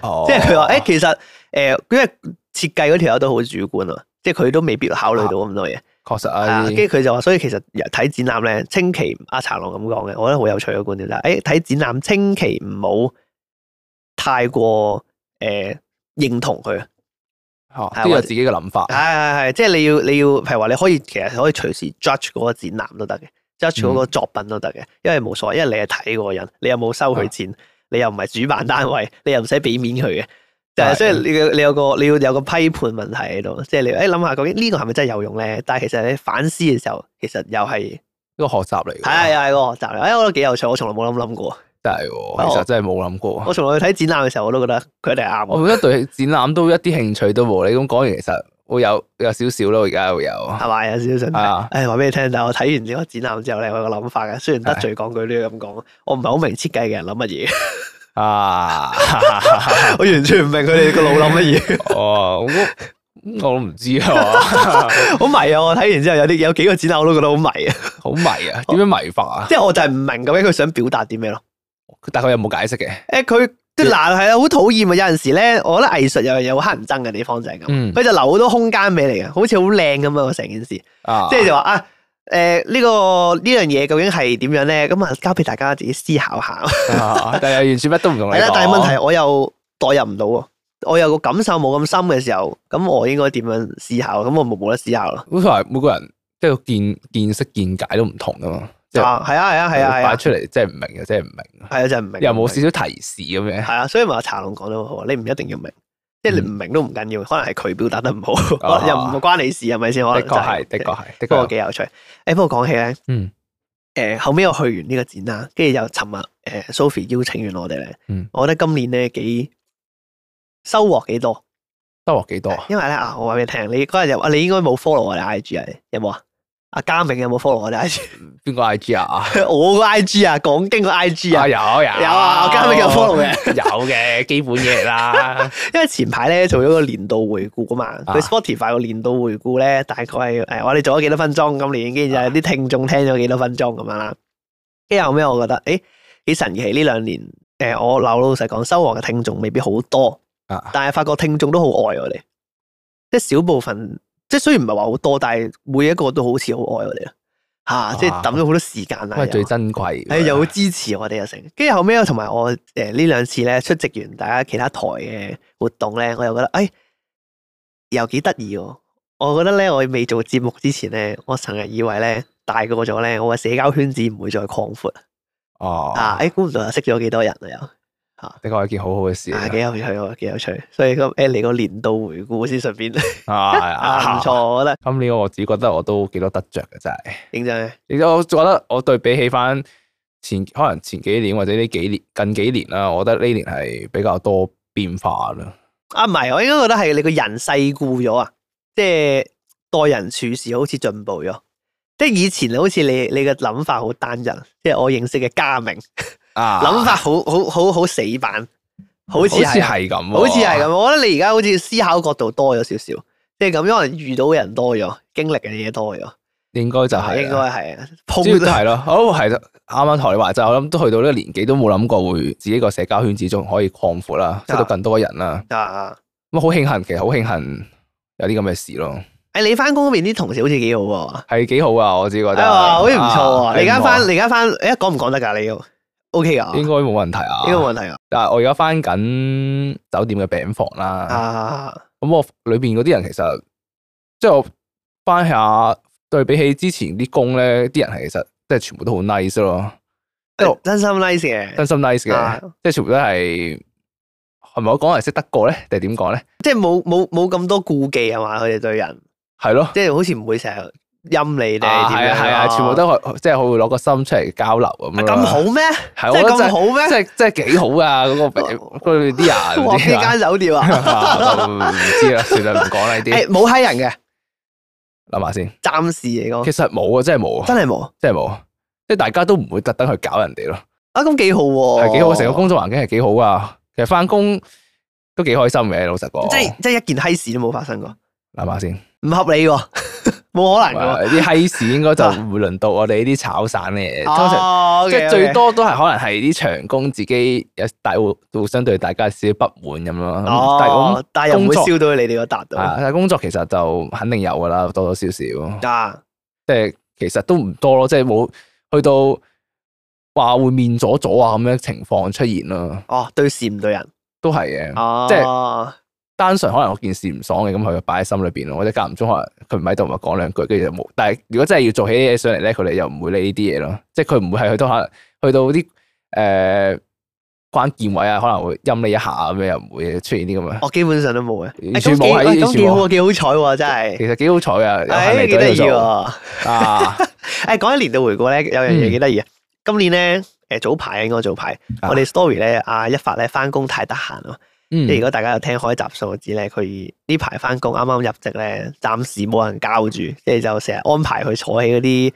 B: 哦
A: 即係佢話誒，其實誒、因為設計嗰條友都好主觀啊，即係佢都未必考慮到
B: 啊
A: 咁多嘢。
B: 確實
A: 係
B: 啊
A: 啊，，跟住佢就話，所以其實睇展覽咧，清奇阿茶龍咁講嘅，我覺得好有趣嘅觀點就係，誒睇展覽，清奇唔好太過誒、呃、認同佢，
B: 哦
A: 係
B: 都
A: 啊或
B: 有
A: 者
B: 自己嘅諗法
A: 係，係係，即係你要你要，譬如話你可以其實可以隨時 judge 嗰個展覽都得嘅，judge 嗰個作品都得嘅，因為冇所謂，因為你係睇嗰個人，你又冇收佢錢，你又唔係主辦單位， 你又唔使俾面佢嘅。就係
B: 係
A: 所以你嘅你有個你要有個批判問題喺度，即係你誒諗下究竟呢個係咪真係有用咧？但係其實你反思嘅時候，其實又係
B: 呢個學習嚟嘅，
A: 係啊，係個學習嚟。哎，我覺得幾有趣，我從來冇諗諗過。
B: 真係
A: 哦
B: 喎，其實真係冇諗過。
A: 我從來去睇展覽嘅時候，我都覺得佢哋係啱
B: 我
A: 喎，
B: 本身對展覽都一啲興趣都冇，你咁講完其實會有有少少咯，而家會有係
A: 係咪有少少想？
B: 啊，
A: 誒話俾你聽，但係我睇完呢個展覽之後咧，我有個諗法嘅。雖然得罪講句呢個咁講，我唔係好明設計嘅人諗乜 嘢，
B: 啊，
A: 我完全唔明佢哋個腦諗乜嘢。
B: 哦，我我唔知啊，
A: 好迷啊！我睇完之後有啲有幾個展覽我都覺得好迷啊，
B: 好迷啊，點樣迷法啊？
A: 即係我就係唔明究竟佢想表達啲咩咯。
B: 但佢有冇解釋
A: 誒
B: 嘅？
A: 佢即係嗱係啊，好討厭啊！有陣時咧，我覺得藝術有樣嘢好乞人憎嘅地方就係咁，
B: 嗯
A: 佢就留好多空間俾你嘅，好似好靚咁啊成件事。
B: 啊，
A: 即係就話啊，诶、呢、個呢樣嘢究竟係點樣咧？咁啊，交俾大家自己思考下。
B: 啊但係完全乜都唔同你
A: 係啦
B: 講，啊
A: 但係問題我又代入唔到喎，我有個感受冇咁深嘅時候，咁我應該點樣思考？咁我冇冇得思考咯。
B: 好似係每個人即係個見見識見解都唔同噶嘛，即係
A: 啊，係啊，係啊，係啊，係
B: 擺
A: 啊，
B: 出嚟真係唔明嘅，真係唔明，
A: 係啊，真係唔明。
B: 又冇少少提示咁樣。
A: 係啊，所以咪話茶龍講得好，你唔一定要明，即係你唔明都唔緊要，可能係佢表達得 唔好，
B: 嗯
A: 可
B: 啊
A: 能又唔關你事，係咪先？可
B: 的
A: 能
B: 確係，的
A: 哦真
B: 確係，的
A: 不過
B: 確
A: 幾有趣。誒，不過講起咧，
B: 嗯
A: 誒、後尾我去完呢個展啦，跟住又尋日誒 Sophie 邀請完我哋咧，
B: 嗯
A: 我覺得今年咧幾收穫幾多，
B: 收穫幾多啊？
A: 因為咧啊，我話俾你聽，你嗰日又啊，你應該冇 follow 我哋 IG 啊，有冇啊？阿嘉明有冇 follow 我哋 IG？
B: 邊個 I G 啊？
A: 我個 IG 啊，講經個 IG
B: 啊
A: 啊，
B: 有 有
A: 有啊我今日有 follow 嘅
B: 有嘅基本嘢 啦，
A: 因為前排咧做咗個年度回顧啊嘛，
B: 啊
A: 佢 Spotify 個年度回顧咧，大概係誒我哋做咗幾多分鐘今年，
B: 啊
A: 跟住就有啲聽眾聽咗幾多分鐘咁樣啦。跟住後尾我覺得，誒、幾神奇呢兩年誒、我老老實講，收穫嘅聽眾未必好多。
B: 啊
A: 但係發覺聽眾都好愛我哋，即係少部分，即係雖然唔係話好多，但係每一個都好似好愛我哋啦，吓、即
B: 啊
A: 係啊抌咗好多時間啦，
B: 因為最
A: 又
B: 珍貴。
A: 係哎又好支持我哋又成。跟住後尾我同埋我诶呢兩次咧出席完大家其他台嘅活動咧，我又覺得诶、哎又幾得意喎。我覺得咧，我未做節目之前咧，我成日以為咧大個咗咧，我嘅社交圈子唔會再擴闊
B: 哦，
A: 啊！诶、估唔到又識咗幾多人啊又。
B: 的確係一件好好嘅事嚟
A: 啊，
B: 㗎。
A: 幾有趣喎，幾有趣。所以咁，誒嚟個年度回顧先，順便
B: 啊
A: 啊，唔錯，。我覺得
B: 今年我自己覺得我都幾多得着嘅，真係。
A: 認真嘅。
B: 亦都我覺得我對比起翻前可能前幾年或者呢幾年近幾年啦，我覺得呢年係比較多變化啦。
A: 啊，唔係，我應該覺得係你個人世故咗啊，即係待人處事好似進步咗。即係以前好似你你嘅諗法好單一，即係我認識嘅家明
B: 啊，
A: 諗法好好好好死板，好似係啊
B: 係咁喎，
A: 好似係咁。我覺得你而家好似思考角度多咗少少，即係咁，因為遇到嘅人多咗，經歷嘅嘢多咗，
B: 應該就係啦
A: 應該係啊，碰
B: 主要都係咯，我係啱啱同你話就，我諗都去到呢個年紀都冇諗過會自己個社交圈子仲可以擴闊啦，識到更多人啦。
A: 啊，
B: 咁好慶幸，其實好慶幸有啲咁嘅事咯，
A: 诶，你翻工嗰邊啲同事好似幾好喎，
B: 係幾好啊！我自己覺得，啊
A: 哎呀，好似唔錯喎。你而家翻，
B: 應
A: 你而家翻，诶，講唔講得㗎？你要 OK 噶，
B: 該
A: 應
B: 冇問題啊。
A: 該冇問題啊。
B: 但係我而家翻緊酒店嘅病房啦，
A: 啊，
B: 咁我裏邊嗰啲人其實即係我翻下對比起之前啲工咧，啲人係其實即係全部都好 nice
A: 啊
B: 咯，即係我
A: 真心 nice 嘅，
B: 真心 nice 嘅
A: 啊，
B: 即係全部都係係咪我講係識德國咧，定係點講咧？
A: 即係冇冇冇咁多顧忌啊係嘛？佢哋對人，
B: 係咯。
A: 即係好似唔會成日陰你哋點
B: 啊，係
A: 樣
B: 啊，係啊，全部都係即係佢會攞個心出嚟交流啊咁
A: 咁好
B: 咯。
A: 咩？
B: 係
A: 即係
B: 我覺得
A: 咁好咩
B: 即？係即係幾好啊！嗰個嗰啲 人
A: 哇！邊 間酒店啊？
B: 唔知啦，算啦，唔講啦 呢
A: 诶，
B: 啲。
A: 冇閪人嘅，
B: 諗下先，
A: 暫時嚟講
B: 其實冇啊，真係冇，啊，
A: 真係冇。
B: 真係冇啊，即係大家都唔會特登去搞人哋咯。
A: 啊，咁幾好喎，
B: 係幾好，成個工作環境係幾好啊。其實翻工都幾開心嘅，老實講。
A: 即係即係一件閪事都冇發生過，
B: 諗下先，
A: 唔合理喎， 冇可能
B: 哇
A: 嘅喎。
B: 啲閪事應該就唔會輪到我哋呢啲炒散嘅，通常。
A: 哦
B: 即係
A: OK，OK
B: 最多都係可能係啲長工自己有大會會相對大家有少少不滿咁咯。咁但係
A: 哦
B: 咁，
A: 但係又唔會
B: 工作
A: 燒到你哋個笪度
B: 啊，但係工作其實就肯定有噶啦，多多少少。即
A: 啊！
B: 係其實都唔多咯，即係冇去到話會面阻阻啊咁樣情況出現咯，
A: 哦，對事唔對人，
B: 都係嘅。
A: 哦，
B: 即單純可能我件事唔爽嘅，咁佢就擺喺心裏邊咯。或者間唔中可能佢唔喺度咪講兩句，跟住就冇。但係如果真係要做起啲嘢上嚟咧，佢哋又唔會理呢啲嘢咯。即係佢唔會係去到可能去到啲誒、呃、關鍵位啊，可能會陰你一下咁樣，又唔會出現啲 咁嘅。
A: 我基本上都冇嘅，
B: 完全冇
A: 哎
B: 係
A: 咁幾
B: 完
A: 咁
B: 全
A: 幾
B: 冇
A: 好啊，幾好彩喎，真係，
B: 其實幾好彩啊，有
A: 哎，
B: 幸
A: 幾
B: 嚟到
A: 得
B: 呢
A: 意
B: 度做
A: 喎。
B: 啊！
A: 誒講一年度回顧咧，有樣嘢
B: 嗯
A: 幾得意啊！今年咧，誒早排應該早排，
B: 啊
A: 我哋 story 咧，阿一發咧翻工太得閒啊，
B: 嗯
A: 即係如果大家有聽開集數知咧，佢呢排翻工啱啱入職咧，暫時冇人教住，即係就成日安排佢坐喺嗰啲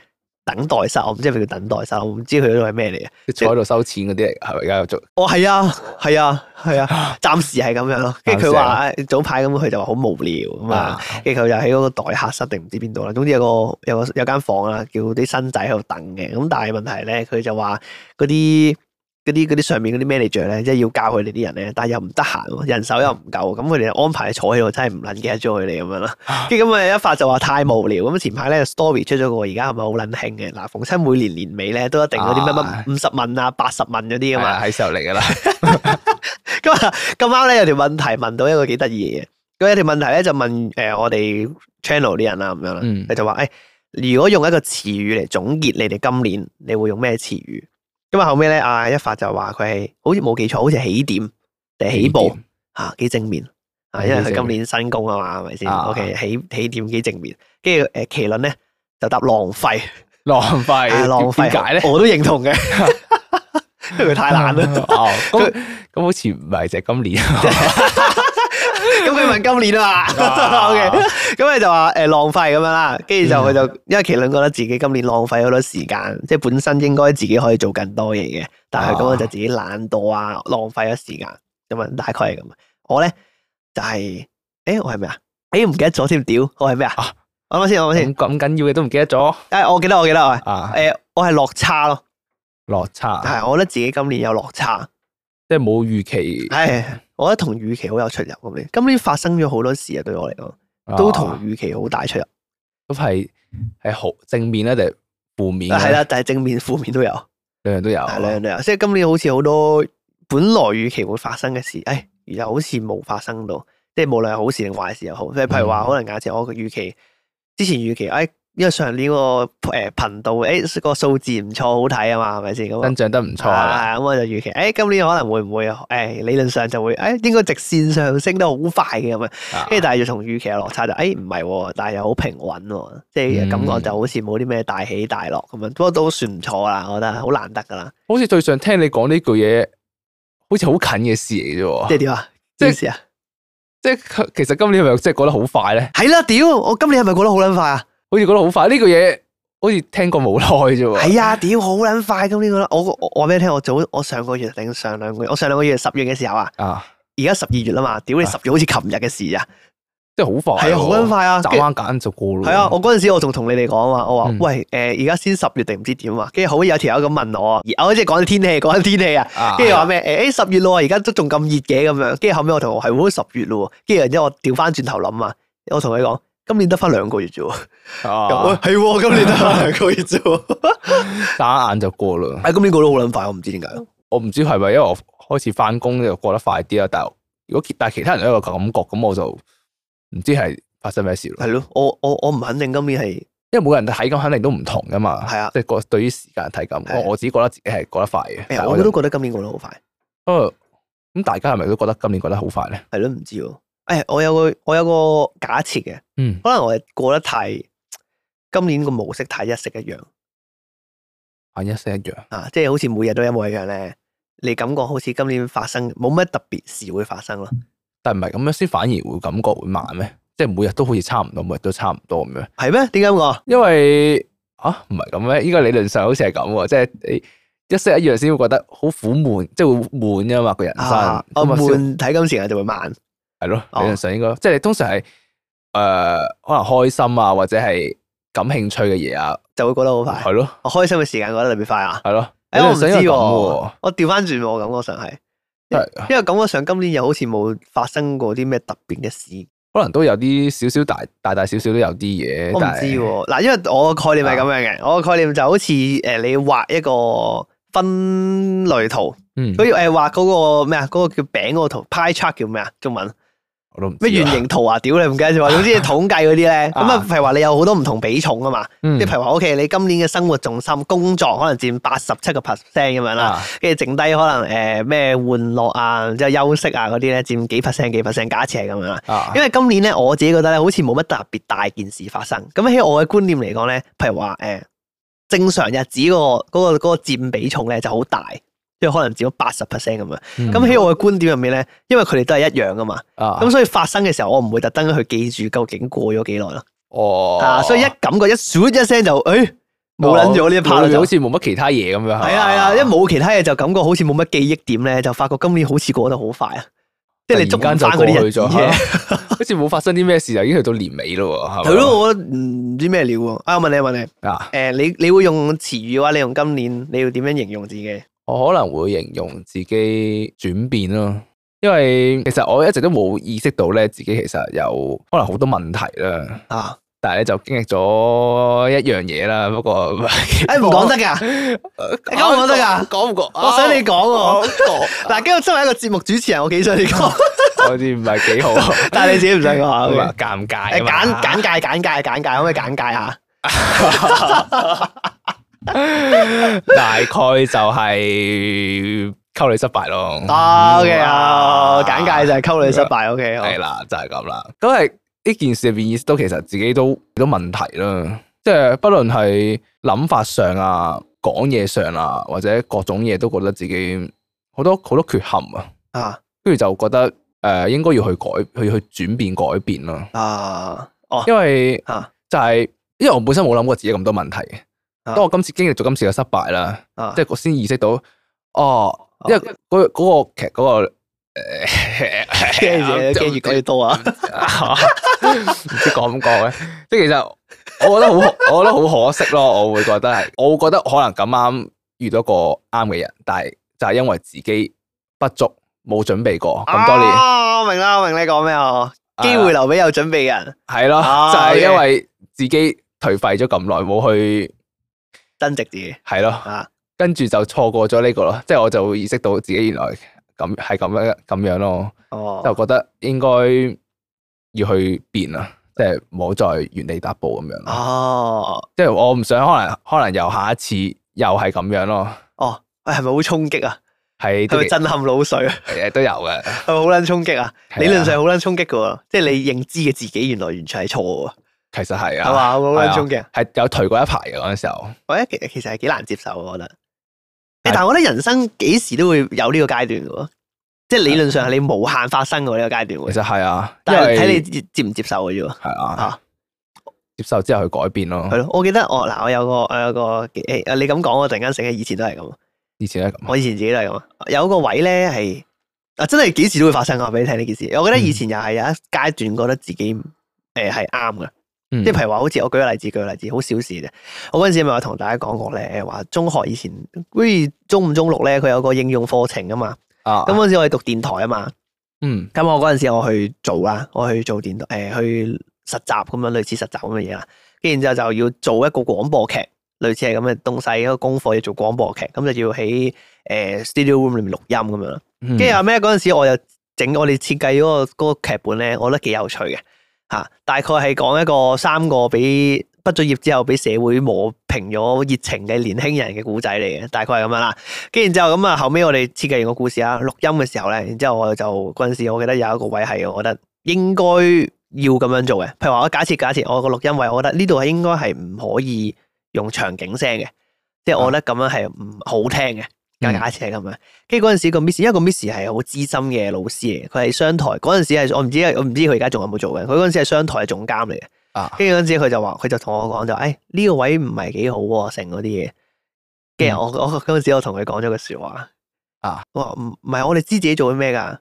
A: 等待室，我唔知係咪叫等待室，我唔知佢嗰度係咩嚟嘅。
B: 坐喺度收錢嗰啲嚟，係咪而家有做？
A: 哦，係啊，係啊，係 啊，暫時係咁樣咯。跟住佢話誒早排咁，佢就話好無聊咁啊
B: 啊。
A: 跟住佢就喺嗰個待客室定唔知邊度啦。總之有個有個有間房啦，叫啲新仔喺度等嘅。咁但係問題咧，佢就話嗰啲嗰啲嗰啲上面嗰啲 manager 咧，即係要教佢哋啲人咧，但係又唔得閒喎，人手又唔夠，咁佢哋就安排坐喺度，真係唔撚記得咗佢哋咁樣啦。跟住咁啊一發就話太無聊。咁前排咧 story 出咗個，而家係咪好撚興嘅？嗱，逢親每年年尾咧都一定嗰啲乜
B: 啊
A: 乜五十問啊、八十問嗰啲
B: 係
A: 啊嘛
B: 啊。，係時候嚟㗎啦。
A: 咁啊，咁啱咧有條問題問到一個幾得意嘅嘢。咁有條問題咧就問誒、呃我哋 channel 啲人啦咁樣啦，
B: 嗯
A: 佢、就話誒、如果用一個詞語嚟總結你哋今年，你會用咩詞語？咁啊後尾咧，阿一發就話佢係好似冇記錯，好似係起點定係起步嚇，幾、正面啊，因為佢今年新工啊嘛，係咪先
B: 啊
A: ？OK，起起點幾正面，跟住誒麒麟咧就答浪費，
B: 浪
A: 啊
B: 費，
A: 浪費，
B: 點解咧？
A: 我都認同嘅，因為 佢太懶 啦。
B: 哦，咁 咁好似唔係就係今年。
A: 咁佢問今年啊嘛
B: 啊
A: ，OK，咁佢就話誒浪費咁樣啦，跟住就
B: 嗯
A: 佢就因為麒麟覺得自己今年浪費好多時間，即係本身應該自己可以做更多嘢嘅，但係佢咁樣就自己懶惰啊，浪費咗時間咁樣，大概係咁。啊我咧就係誒我係咩啊？誒唔記得咗添，屌我係咩啊
B: 啊？
A: 我諗先，我諗先，
B: 咁咁緊要嘅都唔記得咗
A: 誒我記得我記得我係
B: 啊！
A: 誒我係落差咯，
B: 落差
A: 係我覺得自己今年有落差，
B: 即係冇預期，
A: 係我覺得同預期好有出入咁年，今年發生咗好多事啊，對我嚟講都同
B: 啊
A: 預期好大出入。
B: 咁係係好正面咧定係負面
A: 啊
B: 呢？
A: 係啦，但係正面、負面都有，
B: 兩樣都有。
A: 係兩樣都有。即係今年好似好多本來預期會發生嘅事，誒又好似冇發生到。即係無論係好事定壞事又好，即係譬如話，
B: 嗯
A: 可能假設我預期之前預期，誒因為上年個誒頻道誒個數字唔錯，好睇啊嘛，係咪先咁啊
B: 增？長得唔錯啊！
A: 啊咁我就預期，誒今年可能會唔會誒理論上就會誒應該直線上升得好快嘅咁樣。
B: 啊
A: 跟住但係就同預期嘅落差就，誒唔係喎，但係又好平穩喎，即係
B: 嗯
A: 感覺就好似冇啲咩大起大落咁樣，不過都算唔錯啦，我覺得好難得噶啦，
B: 好似對上聽你講呢句嘢，好似好近嘅事嚟嘅
A: 即係
B: 啫喎。
A: 點啊？
B: 哦即係
A: 咩事啊？
B: 即係佢其實今年係咪即係過得好快咧？
A: 係啦，屌！我今年係咪過得好撚快啊？
B: 好似過得好快呢句嘢，好似聽過冇耐啫喎。
A: 係啊，屌！好撚快今年覺得，我我我話俾你聽，我早我上個月定上兩個月，我上兩個月十月嘅時候啊，
B: 啊，
A: 而家十二月啦嘛，屌你
B: 啊
A: 十月好似琴日嘅事啊！
B: 即係好快
A: 係
B: 喎，
A: 啊，好撚快啊，
B: 眨
A: 跟
B: 下眼就過咯。
A: 係啊，我嗰陣時我仲同你哋講啊話，我話
B: 嗯
A: 喂誒，而家先十月定唔知點啊，跟住好有條友咁問我啊，而我即係講緊天氣，講緊天氣啊，
B: 啊，
A: 跟住話咩誒誒十月咯，而家都仲咁熱嘅咁樣，跟住後尾我同我係喎十月咯喎，跟住然之後我調翻轉頭諗啊，我同佢講今年得翻兩個月啫喎，喂
B: 啊
A: 係喎，今 年得翻兩個月啫喎，
B: 眨下眼就過啦。
A: 哎係今年過得好撚快，我唔知點解，
B: 我唔知係咪因為我開始翻工就過得快啲啊啦，但係如果但係其他人都有個感覺，咁我就唔知係發生咩事咯。
A: 係咯，我我我唔肯定今年係
B: 因為每個人睇感肯定都唔同噶嘛，
A: 係啊
B: 即係個對於時間睇感，
A: 係啊
B: 我我自己覺得自己係過得快嘅，但
A: 誒，
B: 係
A: 哎我
B: 就
A: 都覺得今年過得好快。
B: 不過咁大家係咪都覺得今年過得好快咧？
A: 係咯，唔知喎。诶、我有個我有個假設嘅，
B: 嗯，
A: 可能我係過得太今年個模式太一式一樣
B: 反一式一樣，
A: 啊，即係好似每日都一模一樣咧。你感覺好似今年發生冇乜特別事會發生咯。
B: 但係唔係咁樣先反而會感覺會慢咩？即係每日都好似差唔多，每日都差唔多咁樣。
A: 係咩？點解咁講？
B: 因為啊，唔係咁咩？依個理論上好似係咁喎，即係你一式一樣先會覺得好苦悶，即係會悶噶嘛個人生。
A: 啊，我
B: 咁啊先
A: 悶睇今時間就會慢。
B: 係咯，
A: 哦
B: 理論上應該，即係你通常係誒、呃可能開心啊，或者係感興趣嘅嘢啊，
A: 就會過得好快，
B: 係咯，
A: 我開心嘅時間過得特別快啊！
B: 係咯。
A: 诶、
B: 理
A: 我
B: 論
A: 唔知
B: 上應該係咁
A: 喎，我調翻轉喎，我感覺上係，
B: 真係
A: 因為感覺上今年又好似冇發生過啲咩特別嘅事，
B: 可能都有啲少少大大大小小都有啲嘢，
A: 我唔
B: 但
A: 知
B: 係啊
A: 喎，嗱，因為我嘅概念係咁樣嘅，我嘅概念就好似誒你畫一個分類圖，
B: 嗯，
A: 好似誒畫嗰個咩啊，嗰個叫餅嗰個圖，pie chart 叫咩啊？中文
B: 我都唔知
A: 咩
B: 啊
A: 圓，形圖啊？屌你唔記得咗 喎，總之你統計嗰啲咧，咁啊
B: 啊
A: 譬如話你有好多唔同比重啊嘛，
B: 嗯
A: 即係譬如話 OK，你今年嘅生活重心工作可能佔八十七個 percent 咁樣啦，
B: 啊
A: 跟住剩低可能誒咩玩樂啊，然之後休息啊嗰啲咧佔幾 percent 幾 percent，假設係咁樣啦。
B: 啊
A: 因為今年咧，我自己覺得咧，好似冇乜特別大件事發生。咁喺我嘅觀念嚟講咧，譬如話誒、呃正常日子嗰、個嗰、個嗰、個佔比重咧就好大，即係可能佔咗八十 percent 咁樣。
B: 嗯
A: 咁喺我嘅觀點入面咧，因為佢哋都係一樣噶嘛，
B: 啊
A: 咁所以發生嘅時候，我唔會特登去記住究竟過咗幾耐咯。
B: 哦
A: 啊，所以一感覺一唰一聲就誒冇撚咗呢一 part 啦
B: 冇哦好
A: 就。
B: 似冇乜其他嘢咁樣。
A: 係啊係啊，因為冇其他嘢就感覺好似冇乜記憶點咧，就發覺今年好似過得好快啊！即係你捉唔
B: 突然
A: 翻
B: 間就
A: 嗰啲日子
B: 過去咗
A: 嘅。
B: 好似冇發生啲咩事，就已經去到年 尾咯喎，係咪
A: 係咯，我覺得唔知咩料喎。啊，我問你，我問你，
B: 啊，
A: 誒，你你會用詞語嘅啊話，你用今年，你要點樣形容自己？
B: 我可能會形容自己轉變咯，因為其實我一直都冇意識到咧，自己其實有可能好多問題啦，
A: 啊，
B: 但係咧就經歷咗一樣嘢啦，不過
A: 誒唔 講得㗎，
B: 得
A: 講唔講得㗎
B: 講唔講？
A: 我想你講喎。
B: 講，
A: 嗱，跟住身為一個節目主持人，我幾想你講，
B: 好似唔係幾好，
A: 但係你自己唔想講啊。
B: 咁啊
A: OK
B: 尷
A: 誒，
B: 尬啊
A: 簡
B: 嘛
A: 簡介簡介簡介，可唔可以簡介下？
B: 大概就係溝女失敗咯。
A: 啊，OK 啊，簡介就係溝女失敗，OK 好。
B: 系啦，就係咁啦。咁係呢件事入边意識到，其實自己都都问题啦，即係不論係諗法上啊、講嘢上啊，或者各種嘢，都覺得自己好多好多缺陷啊。
A: 啊
B: 跟住就覺得诶、呃，应该要去改，去去转变、改變啦。
A: 啊哦
B: 因為
A: 啊
B: 就係因為我本身冇諗過自己咁多問題嘅。
A: 啊
B: 當我今次經歷咗今次嘅失敗啦，
A: 啊，
B: 即係我先意識到，哦，因為嗰嗰個劇嗰個诶，
A: 驚嘢 驚越講越多啊！
B: 唔知講唔講咧？即係其實我覺得好可，我覺得好可惜咯。我會覺得係，我會覺得可能咁啱遇到個啱嘅人，但係就係因為自己不足，冇準備過咁多年，
A: 啊，我明啦，我明你講咩啊？機會留俾有準備嘅人，
B: 係咯，
A: 啊
B: 就係因為自己頹廢咗咁耐，冇去
A: 增值自己
B: 係咯，
A: 啊。
B: 跟住就錯過咗呢個咯。即係我就會意識到自己原來咁係咁樣咁樣咯，
A: 哦，
B: 就覺得應該要去變啦，即係唔好再原地踏步咁樣咯。
A: 哦，
B: 即系我唔想可能可能又下一次又係咁樣咯，
A: 哦，喂，係咪好衝擊啊？
B: 係
A: 係
B: 都
A: 咪震撼腦髓啊？
B: 诶都有嘅，
A: 係咪好撚衝擊啊？
B: 係啊
A: 理論上好撚衝擊噶喎，即係你認知嘅自己原來完全係錯嘅喎，
B: 其實係
A: 係
B: 啊，
A: 嘛？好
B: 係
A: 撚
B: 啊
A: 衝擊啊，
B: 係有颓過一排嘅嗰阵时候，
A: 或者其其實係幾難接受嘅，啊我覺得。誒
B: 係
A: 但係我覺得人生幾時都會有呢個階段嘅喎，即係理論上係你無限發生嘅喎呢個階段
B: 其
A: 會，
B: 實係啊，因
A: 但係睇
B: 為
A: 你接接唔接受嘅啫喎。
B: 係
A: 啊
B: 啊，接受之後去改變咯
A: 係，咯，我記得我嗱，我有個我有個誒，你咁講，我突然間醒起以前都係咁。啊
B: 以前係咁，
A: 我以前自己都係咁啊，有個位咧係啊，真係幾時都會發生啊！我話俾你聽呢件事，我覺得以前又係有一階段覺得自己誒係啱嘅，
B: 嗯
A: 即係譬如話，好似我舉個例子，舉個例子，好小事啫。我嗰陣時咪有同大家講過咧，話中學以前好似中五中六咧，佢有個應用課程啊嘛。
B: 啊，
A: 咁嗰陣時我哋讀電台啊嘛，
B: 嗯
A: 咁我嗰陣時我去做啦，我去做電台誒、呃去實習咁樣類似實習咁嘅嘢啦，跟住然之後就要做一個廣播劇，類似係咁嘅東西，一個功課要做廣播劇，咁就要喺誒、studio room 裏面錄音咁樣啦。
B: 跟
A: 跟住後啊尾嗰陣時，我又整我哋設計嗰個嗰個劇本咧，我覺得幾有趣嘅嚇、大概係講一個三個俾畢咗業之後俾社會磨平咗熱情嘅年輕人嘅故仔嚟嘅，大概係咁樣啦。跟住然之後咁啊，後尾我哋設計完個故事啊，錄音嘅時候咧，然之後我就嗰陣時，我記得有一個位係我覺得應該要咁樣做嘅，譬如話我假設假設我個錄音位，我覺得呢度係應該係唔可以用場景聲嘅，即係我覺得咁樣係唔好聽嘅。假
B: 嗯
A: 假設係咁樣，跟住嗰陣時個 miss，因為個 miss 係好資深嘅老師嚟嘅，佢係商台嗰陣時係我唔知我唔知佢而家仲有冇做嘅，佢嗰陣時係商台嘅總監嚟嘅。
B: 啊，
A: 跟住嗰陣時佢就話，佢就同我講就，誒、呢、個位唔係幾好喎，成嗰啲嘢。跟住我我我嗰陣時我同佢講咗句説話，
B: 嗯啊，
A: 我話唔唔係我哋知自己做緊咩㗎，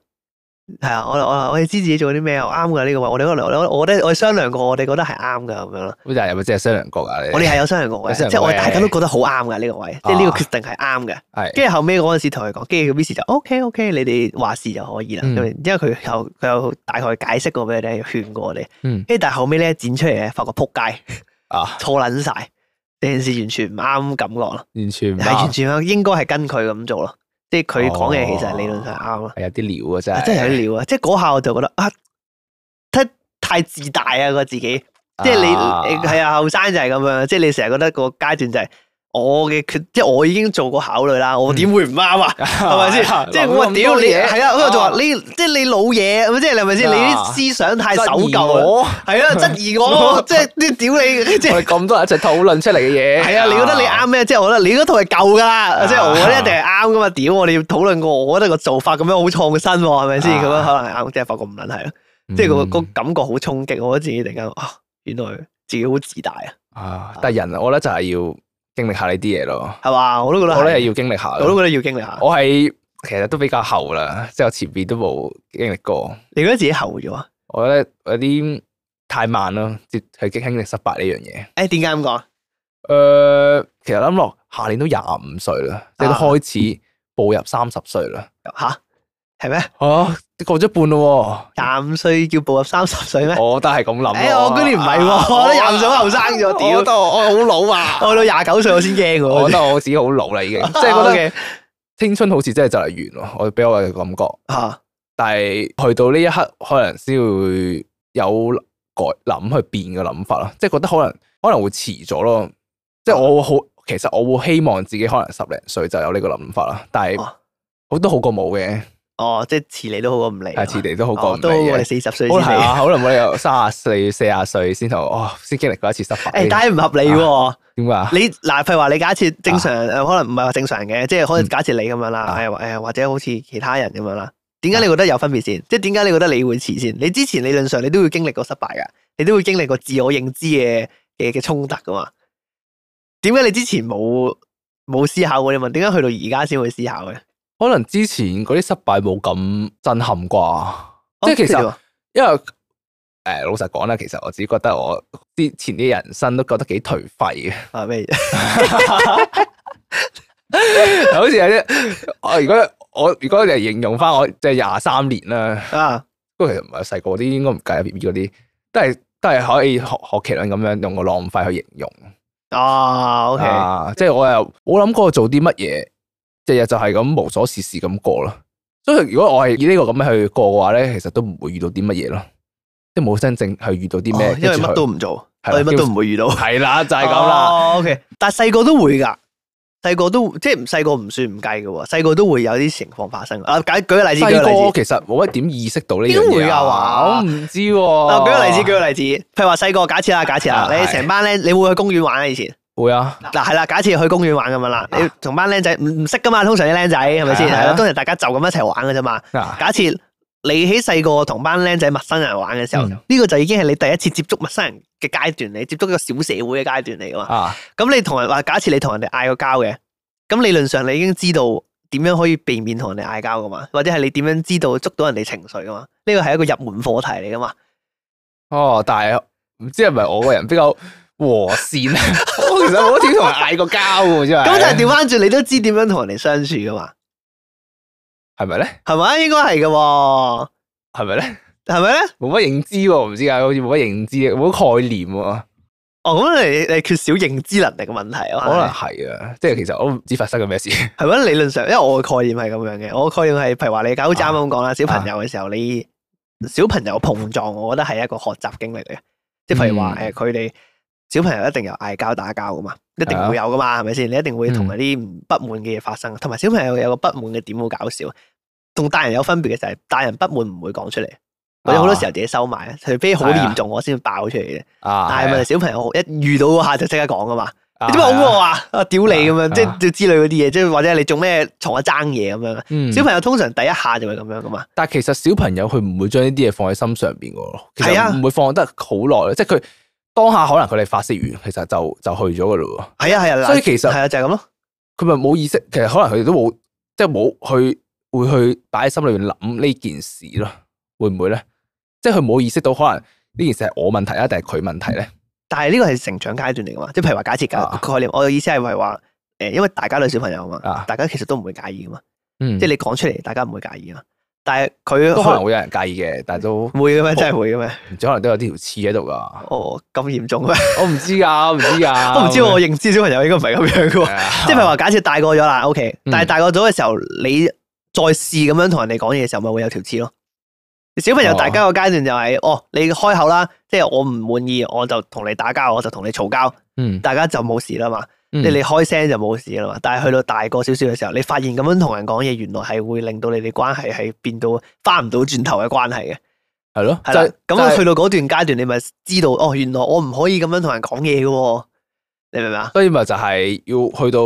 A: 係啊，我我我我哋知自己做緊啲咩，我啱㗎呢個位，我哋嗰個我我覺得我哋商量過，我哋覺得係啱㗎咁樣咯。
B: 好似係咪即係西涼國啊？你
A: 我哋係有商量過
B: 有
A: 嘅，
B: 商量過
A: 即係我哋
B: 嘅啊
A: 大家都覺得好啱㗎呢個位，即係呢個決定係啱嘅。
B: 係
A: 跟住後尾嗰陣時同佢講，跟住個 Miss 就 OK OK，你哋話事就可以啦。
B: 嗯
A: 咁樣因為佢有佢有大概解釋過俾我哋，勸過我哋。
B: 嗯
A: 跟住但係後尾咧剪出嚟咧，發覺撲街
B: 啊，
A: 錯撚晒，呢件事完全唔啱感覺咯，
B: 完全唔
A: 係完
B: 啱
A: 全唔啱應該係跟佢咁做咯，即係佢講嘅
B: 哦
A: 其實理論上係啱咯，
B: 係有啲料啊，真係
A: 真係有啲料啊！即係嗰下我就覺得啊，太太自大啊個自己。即係你
B: 啊
A: 係啊，後生就係咁樣，即係你成日覺得個階段就係我嘅決，即係我已經做過考慮啦，我
B: 嗯
A: 點會唔啱啊？ 係 咪先？即係我話屌你，係啊，我就話你，即係你老嘢，咁即係你係咪先？你啲思想太守舊啦，
B: 我
A: 係 啊，質疑我，即係啲屌你，即係
B: 哋咁多人一齊討論出嚟嘅嘢，
A: 係啊，你覺得你啱咩？即係我覺得你嗰套係舊噶啦，
B: 啊
A: 即係我覺得一定係啱噶嘛。屌，我哋要討論過，我覺得個做法咁樣好創新喎，係咪先？
B: 啊
A: 咁樣可能係啱，即係發覺唔撚係咯，
B: 嗯，
A: 即係個個感覺好衝擊，我覺得自己突然間啊，原來自己好自大啊！
B: 啊，但係人我覺得就係要經歷下呢啲嘢咯，
A: 係嘛？我都覺得係，
B: 我咧係要經歷下
A: 我
B: 咯
A: 都。覺得要經歷下。
B: 我係其實都比較後啦，即係我前邊都冇經歷過。
A: 你覺得自己後咗啊？
B: 我覺得有啲太慢咯，接去經歷失敗呢樣嘢。誒、
A: 誒點解咁講？啊
B: 其實諗落下年都廿五歲啦，即係都
A: 啊
B: 開始步入三十歲啦。
A: 吓？係咩？
B: 嚇、過咗一半 咯
A: 廿五歲要步入三十歲咩
B: 喎，？我都係咁諗喎。
A: 哎誒，我居然唔係
B: 啊
A: 喎，我都廿五歲後生咗，
B: 我覺
A: 屌！
B: 得我我好老啊！
A: 我到廿九歲我先驚喎，
B: 我
A: 我
B: 覺
A: 真係
B: 得我自己好老啦， 已經，即係覺得
A: 啊
B: 青春好似真係就嚟完咯。我俾我嘅感覺，
A: 嚇
B: 但係去到呢一刻，可能先會有改諗去變嘅諗法咯，即係覺得可能可能會遲咗咯。即係我會
A: 哦
B: 好，其實我會希望自己可能十零歲就有呢個諗法啦。但係
A: 哦
B: 好都好過冇嘅，
A: 哦，即係遲嚟都好過唔嚟啊。
B: 但係遲地都好過
A: 哦
B: 唔
A: 都好過你
B: 嚟嘅。
A: 四十歲先
B: 可能係
A: 嚟。
B: 啊，可能我哋有三十歲、四十歲先同哦，先經歷過一次失敗。
A: 誒，但係唔合理喎！
B: 點解啊？
A: 你嗱，譬如話你假設正常誒，可能唔係話正常嘅，即係可能假設你咁樣啦，
B: 啊
A: 誒誒，或者好似其他人咁樣啦。點解你覺得有分別先？即係點解你覺得你會遲先？你之前理論上你都會經歷過失敗㗎，你都會經歷過自我認知嘅嘅嘅衝突㗎嘛？點解你之前冇冇思考過呢個問題？點解去到而家先會思考嘅？
B: 可能之前嗰啲失敗冇咁震撼啩，即係其實。
A: 哦
B: 因為诶、呃老實講啦，其實我自己覺得我之前啲人生都覺得幾頹廢 嘅，
A: 啊咩？
B: 好似有啲我如果我如果你係形容翻我即係廿三年啦，
A: 啊
B: 不過其實唔係細個啲，應該唔計啊 B B 嗰啲，都係都係可以學學麒麟咁樣用個浪費去形容
A: 哦，OK，
B: 啊，即係我又冇諗過做啲乜嘢，日日就係咁無所事事咁過咯。所以如果我係以呢個咁樣去過嘅話咧，其實都唔會遇到啲乜嘢咯，即係冇真正去遇到啲咩
A: 哦，因為
B: 跟住
A: 乜
B: 去
A: 都唔做，
B: 係
A: 所
B: 啦
A: 以乜都唔會遇到。
B: 係啦，就係咁啦。
A: 哦，OK，但係細個都會㗎，細個都即係唔細個唔算唔計㗎喎，細個都會有啲情況發生。啊，舉舉個例子，舉個
B: 細
A: 例子。
B: 個其實冇乜點意識到呢樣
A: 點會
B: 嘢
A: 啊話
B: 我唔知喎。
A: 啊，舉個例子，舉個例子，譬如話細個，假設啦，假設啦，
B: 哦啊
A: 你
B: 係
A: 成班僆，你會去公園玩啊？以前
B: 會啊，
A: 嗱係啦，假設去公園玩咁樣啦，
B: 啊
A: 你同班僆仔唔唔識㗎嘛，通常啲僆仔係咪先？
B: 係
A: 係
B: 啊係
A: 啦，
B: 啊
A: 通常大家就咁一齊玩㗎啫嘛。
B: 嗱，
A: 假設你喺細個同班僆仔陌生人玩嘅時候，
B: 嗯
A: 呢個就已經係你第一次接觸陌生人嘅階段嚟，接觸一個小社會嘅階段嚟㗎嘛。
B: 啊，
A: 咁你同人話，假設你同人哋嗌過交嘅，咁理論上你已經知道點樣可以避免同人哋嗌交噶嘛，或者係你點樣知道捉到人哋情緒噶嘛？呢個係一個入門課題嚟噶嘛。
B: 哦，但係唔知係咪我個人比較和善咧？ 我其實冇點同人嗌過交嘅，真係。
A: 咁但係調翻轉，你都知點樣同人哋相處噶嘛？
B: 係咪咧？
A: 係咪？應該係嘅喎，
B: 係咪咧？
A: 係咪咧？
B: 冇乜認知喎，唔知啊，好似冇乜認知，冇乜概念喎。
A: 哦，咁你你缺少認知能力嘅問題啊，
B: 可能係啊，即係其實我都唔知發生緊咩事。
A: 係咪？理論上，因為我嘅概念係咁樣嘅，我嘅概念係譬如話你搞啱
B: 啊
A: 啱咁講啦，小朋友嘅時候你小朋友碰撞，我覺得係一個學習經歷嚟嘅，即係譬如話誒
B: 嗯
A: 佢哋小朋友一定有嗌交打交噶嘛，一定
B: 係啊
A: 會有噶嘛，係咪先？你一定會同
B: 嗯
A: 嗰啲唔不滿嘅嘢發生，同埋小朋友有個不滿嘅點好搞笑，同大人有分別嘅就係大人不滿唔會講出嚟，或者好多時候自己收埋，除非好
B: 係啊
A: 嚴重我先會爆出嚟嘅。
B: 啊，
A: 但係問題小朋友一遇到嗰下就即刻講噶嘛，
B: 啊
A: 你點解㧬我啊？啊屌你咁
B: 係啊
A: 樣，即係之類嗰啲嘢，即係或者你做咩同我爭嘢咁樣。
B: 嗯
A: 小朋友通常第一下就會咁樣噶嘛，
B: 但係其實小朋友佢唔會將呢啲嘢放喺心上邊嘅咯，其
A: 係啊
B: 實唔會放得好耐，即係佢當下可能佢哋發泄完，其實就就去咗嘅咯
A: 係啊係啊，
B: 所以其實
A: 係啊就係咁咯，
B: 喎。佢咪冇意識，其實可能佢哋都冇，即係冇去會去擺喺心裏邊諗呢件事咯，會唔會咧？即係佢冇意識到可能呢件事係我問題啊，定係佢問題咧？
A: 但係呢個係成長階段嚟噶嘛，即係譬如話假設
B: 啊
A: 嘅概念，我嘅意思係譬如話誒，因為大家都係小朋友啊嘛
B: 啊，
A: 大家其實都唔會介意噶嘛，
B: 嗯，
A: 即係你講出嚟大家唔會介意啊嘛，但係佢
B: 都可能會有人介意嘅，但係都
A: 會嘅咩？真係會嘅咩？
B: 唔知可能都有啲條刺喺度噶，
A: 哦咁嚴重咩？
B: 我唔知噶，我唔知啊 噶，
A: 我唔知喎我認知小朋友應該唔係咁樣噶喎。即係譬如話，假設大個咗啦，OK，
B: 嗯
A: 但係大個咗嘅時候，你再試咁樣同人哋講嘢嘅時候，咪會有條刺咯。小朋友
B: 哦
A: 大家個階段就係、哦你開口啦，即係我唔滿意，我就同你打交，我就同你嘈交，
B: 嗯，
A: 大家就冇事啦嘛。
B: 嗯
A: 即係你開聲就冇事啦嘛。但係去到大個少少嘅時候，你發現咁樣同人講嘢，原來係會令到你哋關係係變到翻唔到轉頭嘅關係嘅。
B: 係咯，
A: 係啦，
B: 就
A: 咁啊去到嗰段階段，你咪知道哦，原來我唔可以咁樣同人講嘢嘅喎。你明唔明啊？
B: 所以咪就係要去到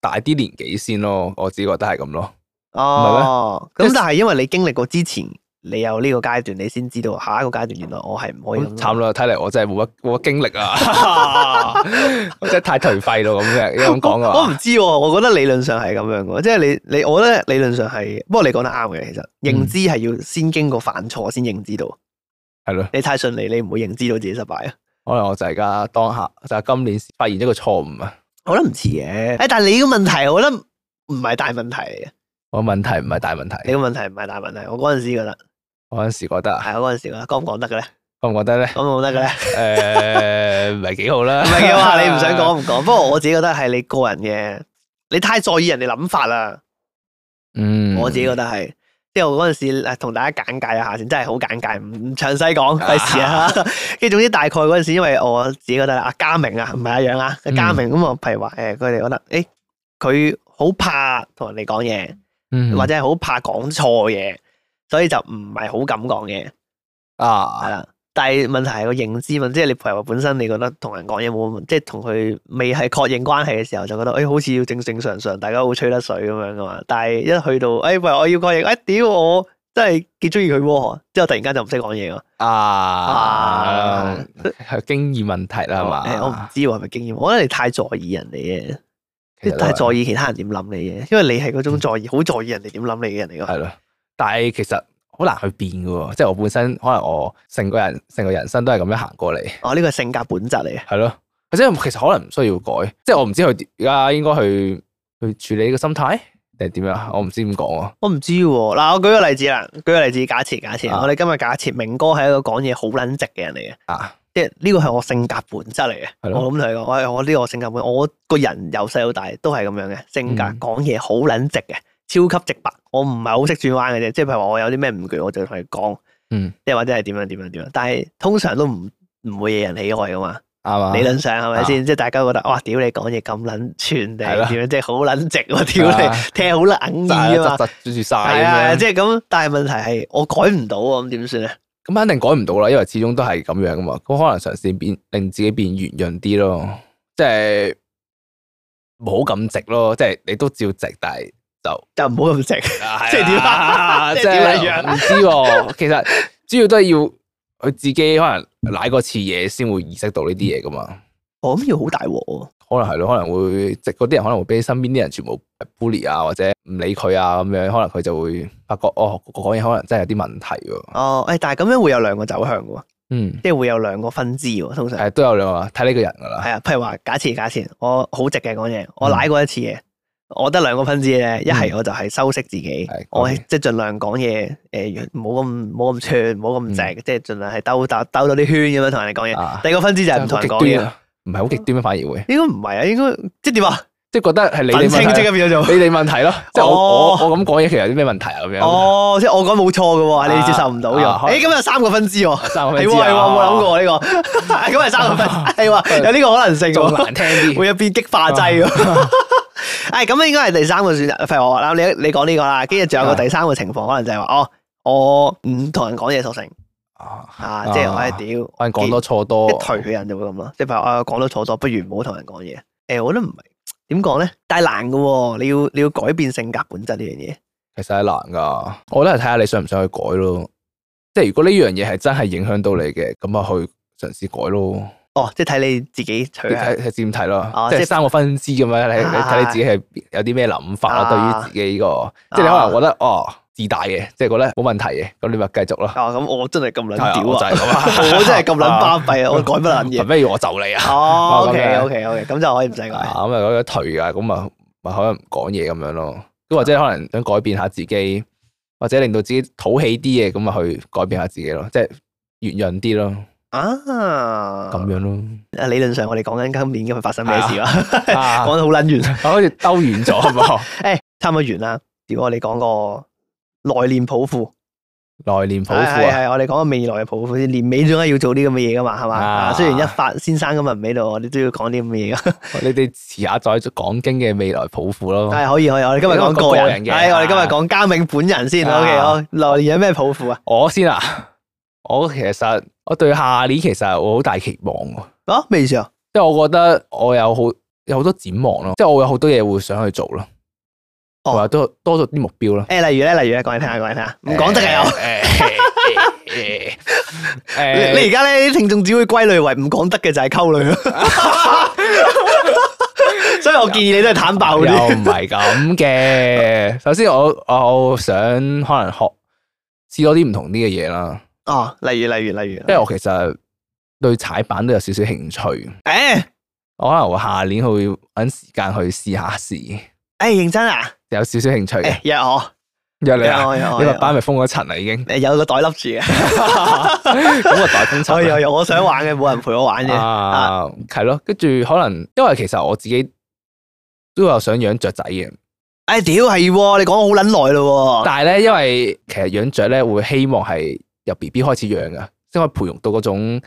B: 大啲年紀先咯，我自己覺得係咁咯。
A: 哦，
B: 咩
A: 咁
B: 即係
A: 但係因為你經歷過之前，你有呢個階段，你先知道下一個階段原來我係唔可以咁
B: 咁慘
A: 咯。
B: 啦，睇嚟我真係冇乜冇乜經歷啊， 真係太頹廢咯咁嘅，你咁講
A: 我唔
B: 啊，
A: 知喎，我覺得理論上係咁樣嘅，即係你你，我覺得理論上係，不過你講得啱嘅，其實認知係要先經過犯錯先認知到，
B: 係咯，
A: 你太順利，你唔會認知到自己失敗啊。
B: 可能我就係而家當下就係今年發現一個錯誤啊，
A: 我覺得唔似嘅，誒，但係你個問題，我覺得唔係大問題嚟嘅，
B: 我問題唔係大問
A: 你
B: 題，
A: 個問題唔係大問題，我嗰陣時覺得
B: 我嗰陣時覺得啊，
A: 係，我嗰陣時覺得講唔講得嘅咧，
B: 覺唔覺得咧？
A: 講唔講得嘅咧？
B: 誒，唔係幾好啦，
A: 唔係嘅話，你唔想講唔 講。不過我自己覺得係你個人嘅，你太在意人哋諗法啦。
B: 嗯，
A: 我自己覺得係，即係我嗰陣時誒同大家簡介一下先，真係好簡介，唔唔詳細講，費事啊。 跟住總之大概嗰陣時，因為我自己覺得啊，嘉明啊，唔係阿樣啊，
B: 嗯
A: 嘉明咁我譬如話誒，佢哋覺得誒，佢好怕同人哋講嘢，
B: 得
A: 或者係好怕講錯嘢，所以就唔係好敢講嘢，係
B: 啊，
A: 啦。但係問題係個認知問，即係你譬如話本身你覺得同人講嘢冇，即係同佢未係確認關係嘅時候，就覺得誒、哎好似要正正常常，大家好吹得水咁樣噶嘛。但係一去到誒、哎、喂我要確認，誒、哎、屌我真係幾中意佢喎，之後突然間就唔識講嘢喎。
B: 啊，係經驗問題啦，係嘛？
A: 誒我唔知喎係咪經驗，我覺得你太在意人哋嘅，即
B: 其
A: 係
B: 實都係
A: 太在意其他人點諗你嘅，因為你係 嗰種在意好在意人哋點諗你嘅人嚟㗎。
B: 係咯，但係其實好難去變嘅喎，即係我本身可能我成個人成個人生都係咁樣行過嚟，
A: 哦，呢個係性格本質嚟嘅。
B: 係咯，或者其實可能唔需要改，即係我唔知佢而家應該去去處理呢個心態定係點樣，我唔知點講啊，
A: 我唔知喎，嗱，我舉個例子啦，舉個例子，假設假設，
B: 啊
A: 我哋今日假設明哥係一個講嘢好撚直嘅人嚟嘅，
B: 啊，
A: 即係呢個係我性格本質嚟嘅。
B: 係咯
A: 我咁同你講，我我呢個性格本，我個人由細到大都係咁樣嘅，性格
B: 嗯
A: 講嘢好撚直嘅，超級直白。我唔係好識轉彎嘅啫，即係譬如話我有啲咩唔具，我就同佢講，
B: 嗯，
A: 即係或者係點樣點樣點樣。但係通常都唔唔會惹人喜愛噶嘛。
B: 啱啊，
A: 理論上係咪先？即係大家覺得哇，屌你講嘢咁撚串定
B: 係啦
A: 係點樣？即係好撚直喎，屌
B: 係啊
A: 你聽好撚
B: 扎
A: 耳啊嘛
B: 扎。扎住晒
A: 係啊，
B: 咁樣，
A: 即係咁，但係問題係我改唔到喎，咁點算咧？
B: 咁肯定改唔到啦，因為始終都係咁樣噶嘛，咁可能嘗試變令自己變圓潤啲咯，即係冇咁直咯，即係你都照直，但係就。
A: 就唔好咁 直，即
B: 即
A: 係點啊
B: 即
A: 即係點
B: 係
A: 啊
B: 唔知喎。其實主要都係要佢自己可能舐過次嘢先會意識到呢啲嘢噶嘛。
A: 我諗要好大鑊喎。
B: 可能係咯，可能會直嗰啲人可能會俾身邊啲人全部 bully 啊，或者唔理佢啊咁樣，可能佢就會發覺哦，我講嘢可能真係有啲問題喎。
A: 哦，誒，但係咁樣會有兩個走向嘅喎，
B: 嗯，
A: 即係會有兩個分支喎，通常
B: 係啊都有兩個睇呢個人㗎啦。
A: 係啊，譬如話假設假設，我好直嘅講嘢，
B: 嗯
A: 我舐過一次嘅，我得兩個分支嘅，一係我就係修飾自己
B: 係，
A: 我
B: 講嘢
A: 即係盡量講嘢，誒冇咁冇咁串，冇咁直，即係盡量係兜兜兜到啲圈咁樣同人哋講嘢。
B: 嗯啊，
A: 第二個分支就係唔同人講嘢，
B: 唔係好極端啊，反而會
A: 應該唔係啊，應該即係點啊？
B: 即係覺得係你
A: 憤
B: 哋
A: 青
B: 問
A: 即
B: 題
A: 刻變咗做
B: 你哋問題咯，即係我
A: 哦
B: 我我咁講嘢其實有啲咩問題啊咁樣。
A: 哦，即係我講冇錯嘅喎，你
B: 啊
A: 接受唔到嘅
B: 啊可能
A: 喎。誒，咁有三個分支喎，
B: 三
A: 係
B: 個分
A: 喎係
B: 支
A: 喎，
B: 啊
A: 冇諗過喎呢個， 咁係三個 分，係喎，有呢個可能性
B: 仲啊
A: 喎。
B: 難聽啲。
A: 會有變激化劑喎。 誒咁應該係第三個選擇，譬如我啦，你你講呢個啦，跟住仲有個
B: 啊
A: 第三個情況，可能就係話哦，我唔同人講嘢索性
B: 啊
A: 啊，即係我係屌，
B: 可能講多錯多
A: 一，頹嘅人就會咁咯，即係譬如啊講得錯咗，不如唔好同人講嘢。誒，我都唔係點講咧，但係難嘅喎，你要你要改變性格本質呢樣嘢。
B: 其實係難噶。我都係睇下你想唔想去改咯。即係如果呢樣嘢係真係影響到你嘅，咁啊去嘗試改咯。
A: 哦，即係睇你自己取
B: 你睇
A: 向。
B: 睇點睇咯
A: 哦，
B: 即
A: 即
B: 係
A: 係
B: 三個分支咁樣，你你
A: 啊
B: 睇你自己係有啲咩諗法咯？
A: 啊
B: 對於自己呢個，即係你可能覺得哦自大嘅，即係覺得冇問題嘅，咁你咪繼續咯。
A: 哦，咁我真係咁撚
B: 係啊
A: 屌
B: 我就
A: 啊！
B: 係咁啊，
A: 我真係咁撚巴閉啊！我改不撚
B: 憑
A: 嘢。
B: 咩要我就你啊？
A: 哦
B: 咁
A: ，OK
B: 樣
A: OK OK，咁就可以唔使
B: 咁
A: 改。
B: 啊嗰個頹噶，咁啊咪可能唔講嘢咁樣咯。咁或者可能想改變下自己，或者令到自己討氣啲嘅，咁啊去改變下自己咯，即係圓潤啲咯，
A: 啊，
B: 咁樣咯。
A: 啊，理論上我哋講緊今年今日發生咩事啦，
B: 啊
A: 講得好撚完。
B: 我好似兜遠咗啊係 嘛？
A: 誒，差唔多完啦。屌，我哋講個內練抱負，
B: 內練抱
A: 係
B: 負
A: 係
B: 啊！
A: 係，我哋講個未來嘅抱負先。年尾總係要做啲咁嘅嘢噶嘛，係嘛？
B: 啊
A: 啊雖然一發先生今日唔喺度，我哋都要講啲咁嘅嘢㗎。
B: 你哋遲下再講經嘅未來抱負咯。
A: 係可以可以，我哋今日講個
B: 哦個
A: 人
B: 人嘅
A: 係我哋今日講嘉銘本人先。
B: 啊
A: OK，好，內練有咩抱負啊？
B: 我先啊，我其實我對下年其實我好大期望喎，
A: 啊，咩意思啊？
B: 即係我覺得我有好有好多展望咯，即係我有好多嘢會想去做咯，
A: 哦
B: 同埋多多咗啲目標咯。
A: 誒，例如咧，例如咧，講嚟聽下，講嚟聽下，唔講得嘅又。
B: 有。
A: 你你
B: 誒，
A: 而家咧啲聽眾只會歸類為唔講得嘅就係溝女 咯，所以我建議你都係坦白好
B: 又
A: 啲。
B: 唔係咁嘅。首先我我想可能學試多啲唔同啲嘅嘢啦，
A: 哦，例如例如例如，
B: 因為我其實對踩板都有少少興趣，
A: 誒
B: 我可能會下年去揾時間去試下試，
A: 誒認真啊，
B: 有少少興趣嘅
A: 誒。約我
B: 約你
A: 約
B: 啊！
A: 我約我
B: 你
A: 約
B: 個班
A: 我，
B: 咪封咗塵啦，已經
A: 誒有個袋笠住 嘅，
B: 咁個袋封
A: 我
B: 塵
A: 有有我想玩嘅，冇人陪我玩
B: 啦
A: 嘅。
B: 啊，係咯，跟住可能因為其實我自己都有想養雀仔嘅，
A: 誒屌係喎，你講咗好撚耐咯喎，
B: 但係咧因為其實養雀咧會希望係由 B B 開始養噶，先可以培育到嗰種
A: 誒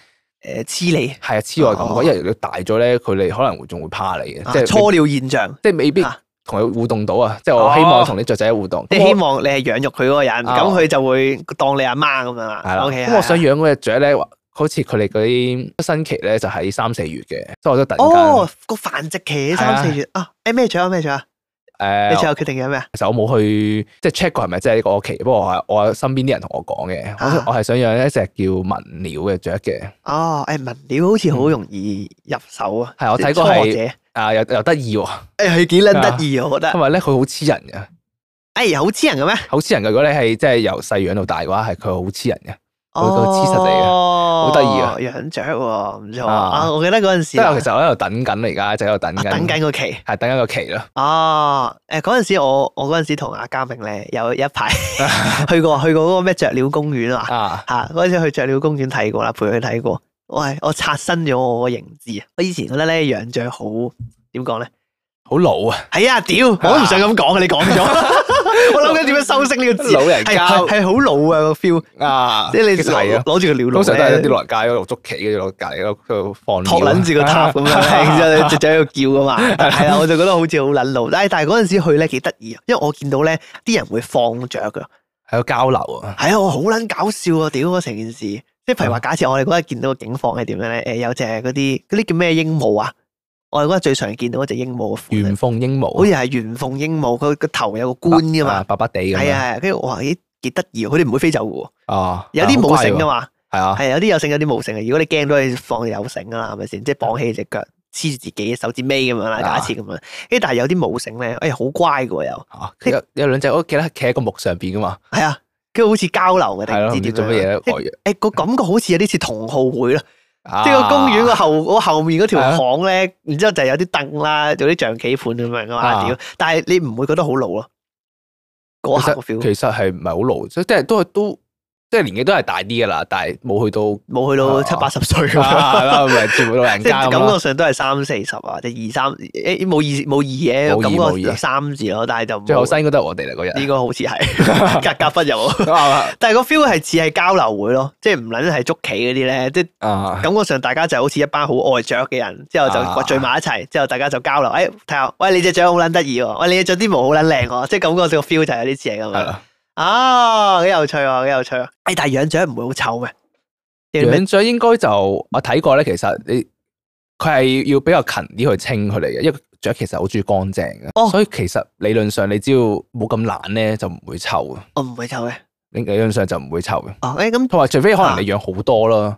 A: 黐你
B: 係啊痴愛感
A: 哦
B: 覺，因為你大咗咧，佢哋可能會仲會怕你嘅，
A: 啊
B: 即係
A: 初鳥現象，
B: 即係未必
A: 啊
B: 同佢互動到啊，即係我希望同啲雀仔互動，
A: 即
B: 咁
A: 係
B: 我
A: 希望你係養育佢嗰個人，
B: 啊
A: 咁佢就會當你阿媽咁樣啦。
B: 係啦。
A: 啊 OK，
B: 咁我想養嗰只雀咧，好似佢哋嗰啲出生期咧就喺三四月嘅，所以我都突然間
A: 哦個繁殖期
B: 係啊
A: 三四月啊，誒咩獎啊咩獎啊？
B: 誒
A: 你最後決定咗咩啊？
B: 其實我冇去即係 check 過係咪真係呢個屋企，不過我係我身邊啲人同我講嘅，
A: 啊
B: 我我係想養一隻叫文鳥嘅雀嘅，
A: 哦，誒文料好似好容易入手啊，
B: 係我睇過
A: 初學
B: 係
A: 者，
B: 啊又又得意喎，
A: 誒佢幾撚得意啊，我覺
B: 因
A: 得，
B: 為咧佢好黐人嘅，
A: 誒好黐人嘅咩？
B: 好黐人嘅。如果你係即係由細養到大嘅話，係佢好黐人嘅。佢佢黐實嚟嘅
A: 好
B: 好得意啊
A: 哦養雀喎，唔錯
B: 啊
A: 啊！我記得嗰陣時
B: 即係我
A: 啊，
B: 其實我喺度等緊啦，而家就喺度等
A: 啊
B: 緊，
A: 等緊個期
B: 係等緊個期咯。
A: 啊！誒嗰陣時我我嗰陣時同阿嘉明咧有一 排 去過去過嗰個咩雀鳥公園啊
B: 啊
A: 嚇，嗰陣時去雀鳥公園睇過啦，陪佢睇過。我係我刷新咗我個認知啊！我以前覺得咧養雀好點講咧？
B: 好 老啊，
A: 係啊，屌！我都唔想咁講啊，你講咗， 我諗緊點樣修飾呢個字。
B: 老人
A: 係
B: 家
A: 係係好老啊個 feel，
B: 啊，
A: 即係你
B: 其實係啊，
A: 攞住個鳥
B: 通常都係
A: 籠
B: 啲
A: 咧，
B: 老人家喺度捉棋，跟住攞隔離嗰度放啊
A: 托
B: 鳥
A: 撚住個塔咁
B: 啊
A: 樣，然之後隻仔喺度叫噶嘛，係啊啦，我就覺得好似好撚老。但係但係嗰陣時去咧幾得意啊，因為我見到咧啲人會放雀噶，
B: 喺度交流啊，
A: 係啊，我好撚搞笑啊！屌成件事，即係
B: 嗯
A: 譬如話假設我哋嗰日見到個景況係點樣咧？誒有隻嗰啲嗰啲叫咩鸚鵡啊？我哋嗰日最常見到嗰隻鸚鵡嘅款
B: 玄
A: 啊，
B: 鳳鸚鵡，
A: 好似係玄鳳鸚鵡，佢個頭有個冠噶嘛
B: 啊，。白白地咁樣，
A: 係啊係啊，跟住我話咦幾得意喎，佢哋唔會飛走嘅喎，
B: 啊，
A: 有啲冇繩噶
B: 嘛，
A: 嘛，
B: 係啊。
A: 啊係有啲有繩有啲冇繩嘅。如果你驚咗，你放有繩噶啦，係咪先？即係綁起只腳，黐住自己手指尾咁樣啦，
B: 啊
A: 假設咁樣。跟住但係有啲冇繩咧，哎呀好乖嘅喎又，
B: 啊佢有有兩隻，我記得企喺個木上邊噶嘛，
A: 係啊，跟住好似交流嘅，定
B: 係
A: 唔
B: 咯，
A: 知
B: 唔
A: 點
B: 知
A: 啊
B: 做乜嘢咧，外
A: 誒誒個感覺好似有啲似同好會咯，
B: 即
A: 即係個公園個後個後面嗰條
B: 啊係啊
A: 巷咧，然之後就有啲凳啦，有啲象棋盤咁樣噶嘛，
B: 啊
A: 屌！但係你唔會覺得好老咯，嗰
B: 其
A: 下個
B: 實
A: feel
B: 其實係唔係好老，即係都係都即係年紀都係大啲噶啦，但係冇去到
A: 冇去到
B: 啊
A: 七八十歲咁樣。
B: 係啦，咪全部老人
A: 即係
B: 家咁啊
A: 感覺
B: 咯。
A: 上都係三四十啊，即係二三誒冇二冇二
B: 冇二
A: 嘅感
B: 冇
A: 覺
B: 二啊
A: 有三字咯，但係就冇
B: 最後生應該都係我哋嚟嗰日
A: 應該好似係 格格不入。
B: 啊
A: 但係個 feel 係似係交流會咯，即係唔撚係捉棋嗰啲咧，即係
B: 啊
A: 感覺上大家就好似一班好愛雀嘅人，之後就
B: 啊
A: 聚埋一齊，之後大家就交流。誒睇下，喂你只雀好撚得意喎，喂你只啲毛好撚靚喎，即係感覺上個 feel 就係有啲似係咁
B: 係
A: 樣。
B: 啦。
A: 啊，幾有趣喎，幾有趣喎。誒但係養雀唔會好臭咩？有啲咩
B: 養雀應該就我睇過咧，其實你佢係要比較勤啲去清佢嚟嘅，因為雀其實好中意乾淨嘅，
A: 哦
B: 所以其實理論上你只要冇咁懶咧，就唔會臭嘅。
A: 我哦唔會臭嘅。
B: 理理論上就唔會臭嘅，
A: 哦，誒咁
B: 同埋除非可能你養好多啦，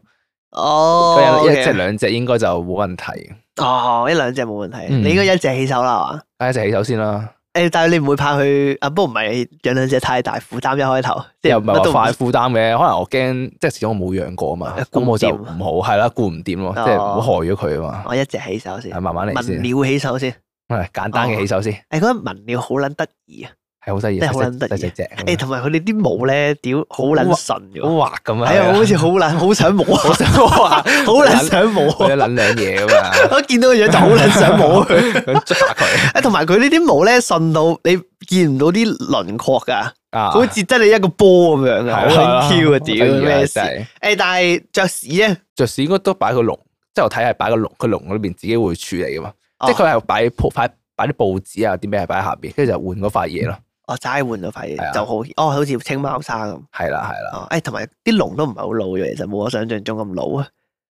A: 哦
B: 佢有一
A: OK
B: 隻兩隻應該就冇問題嘅。
A: 哦，一兩隻冇問題，
B: 嗯
A: 你應該一隻起手啦，係嘛？
B: 睇一隻起手先啦，
A: 誒，但係你唔會怕佢啊？不過唔係養兩隻太大負擔，一開頭即係
B: 又唔
A: 乜都
B: 係話快
A: 唔
B: 負擔嘅，可能我驚即係始終我冇養過啊嘛
A: 誒，顧
B: 咁
A: 唔
B: 我就
A: 掂
B: 唔好係啦，顧唔掂咯，即係唔好害咗佢啊嘛
A: 哦我一隻起手先，
B: 係，慢慢嚟
A: 文
B: 先，
A: 鳥起手先。
B: 係簡單嘅起手先，
A: 誒，覺得文鳥好撚得意啊！
B: 係好得意，
A: 真係好撚得意
B: 細隻隻咁樣
A: 哎誒，同埋佢哋啲毛咧，屌好撚純嘅喎，
B: 好滑咁啊，
A: 係啊，好似好撚好想摸啊，
B: 好想話，
A: 好撚想摸
B: 我
A: 啊！
B: 一捻兩嘢咁啊，
A: 我見到個樣就好撚 想 摸佢。
B: 咁捉下佢
A: 誒，同埋佢呢啲毛咧，順到你見唔到啲輪廓㗎，
B: 啊，
A: 好似真係一個波咁樣
B: 係
A: 㗎，
B: 啊
A: 好撚 Q 啊！屌
B: 好得意啊
A: 咩事？
B: 真
A: 誒，
B: 係
A: 但係爵士咧，
B: 爵士應該都擺個籠，即係我睇係擺個籠，佢籠裏邊自己會處理噶嘛，
A: 哦
B: 即係佢係擺鋪擺擺啲報紙啊，啲咩係擺喺下邊，跟住就換嗰塊嘢咯，
A: 我哦齋換咗塊
B: 係
A: 嘢
B: 啊
A: 就好，哦，好似青貓砂咁。
B: 係啦係啦，
A: 哦，誒，同埋啲龍都唔係好老嘅，其實冇我想象中咁老啊。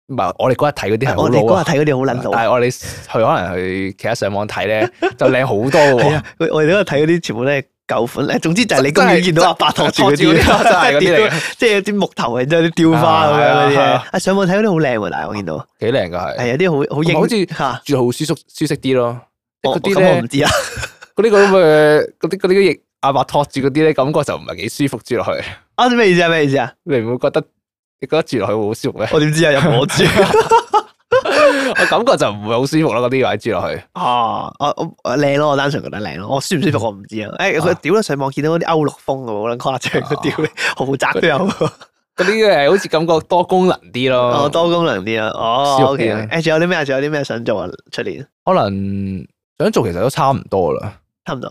B: 唔係我哋嗰日睇嗰啲係好
A: 我哋
B: 老
A: 嗰
B: 啊
A: 日，睇嗰啲好撚老
B: 但
A: 啊。
B: 係我哋去可能去其他上網睇 咧，就靚好多
A: 係
B: 嘅喎
A: 啊，，我我哋嗰日睇嗰啲全部都係舊款咧。總之就係你公
B: 真
A: 園
B: 係
A: 見到阿伯托住嗰
B: 真
A: 啲，
B: 係嗰啲嚟嘅，
A: 即係有啲木頭，然之後啲雕花咁樣嗰啲
B: 啊係
A: 咧
B: 啊。
A: 啊，上網睇嗰啲好靚喎，但係我見到
B: 幾靚噶係，
A: 係啊有啲好好英，
B: 好似
A: 嚇。
B: 住得好舒適舒適啲咯，
A: 我
B: 嗰啲
A: 咁我
B: 咧
A: 唔。知啊，
B: 嗰啲咁嘅嗰啲嗰啲翼阿伯托住嗰啲咧，感覺就唔係幾舒服住落去。
A: 啊咩意思啊咩意思啊？
B: 你唔會覺得你覺得住落去會好 舒服咩？
A: 我點 知啊？有冇我知
B: 我感覺就唔會好舒服咯，嗰啲位住落去。
A: 啊？ 我我我靚咯，我單純覺得靚咯。我舒唔舒服我唔知啊。誒，佢屌啦，上網見到嗰啲歐陸風喎，好撚誇張，
B: 啊
A: 屌你豪宅都有。
B: 嗰啲係好似感覺多功能啲
A: 哦，
B: 咯。
A: 多功能啲啊，哦
B: 舒服
A: ，OK，
B: 啲啊
A: 誒，仲有啲咩啊？仲有啲咩想做啊？出年
B: 可能想做其實都差唔多啦。
A: 差唔多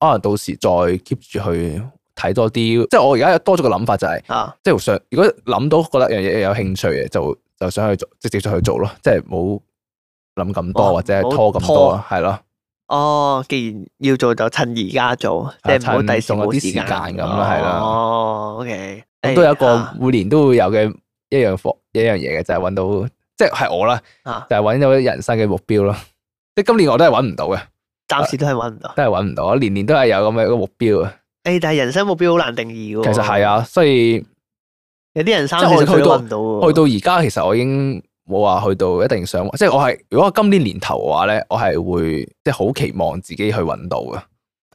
B: 可能到時再 keep 住去睇多啲。即係我而家多咗個諗法就係、
A: 啊，
B: 即係想如果諗到覺得樣嘢有興趣嘅，就就想去做，直接就去做咯。即係冇諗咁
A: 哇
B: 多或者
A: 唔好
B: 拖咁
A: 拖
B: 多，係咯。
A: 哦，既然要做就趁而家做，即係唔好
B: 啊趁
A: 第時
B: 仲有
A: 冇
B: 啲
A: 時
B: 時
A: 間
B: 間咁啦係啦
A: 哦，OK，
B: 咁
A: 誒
B: 都有一個
A: 啊
B: 每年都會有嘅一樣課一樣嘢嘅，就係揾到即係係我啦，
A: 啊，
B: 就係揾到人生嘅目標咯。即係今年我都係揾唔到嘅，
A: 暫時都係揾唔到。
B: 都係揾唔到，我年年都係有咁嘅一個目標啊。
A: 誒，但係人生目標好難定義
B: 其
A: 嘅。
B: 實係，啊，所以去
A: 有啲人三
B: 即係
A: 四
B: 我
A: 十歲都
B: 去到
A: 揾唔到喎。
B: 到而家其實我已經冇話去到一定想，即係我係如果我今年年頭嘅話咧，我係會即係好期望自己去揾到嘅。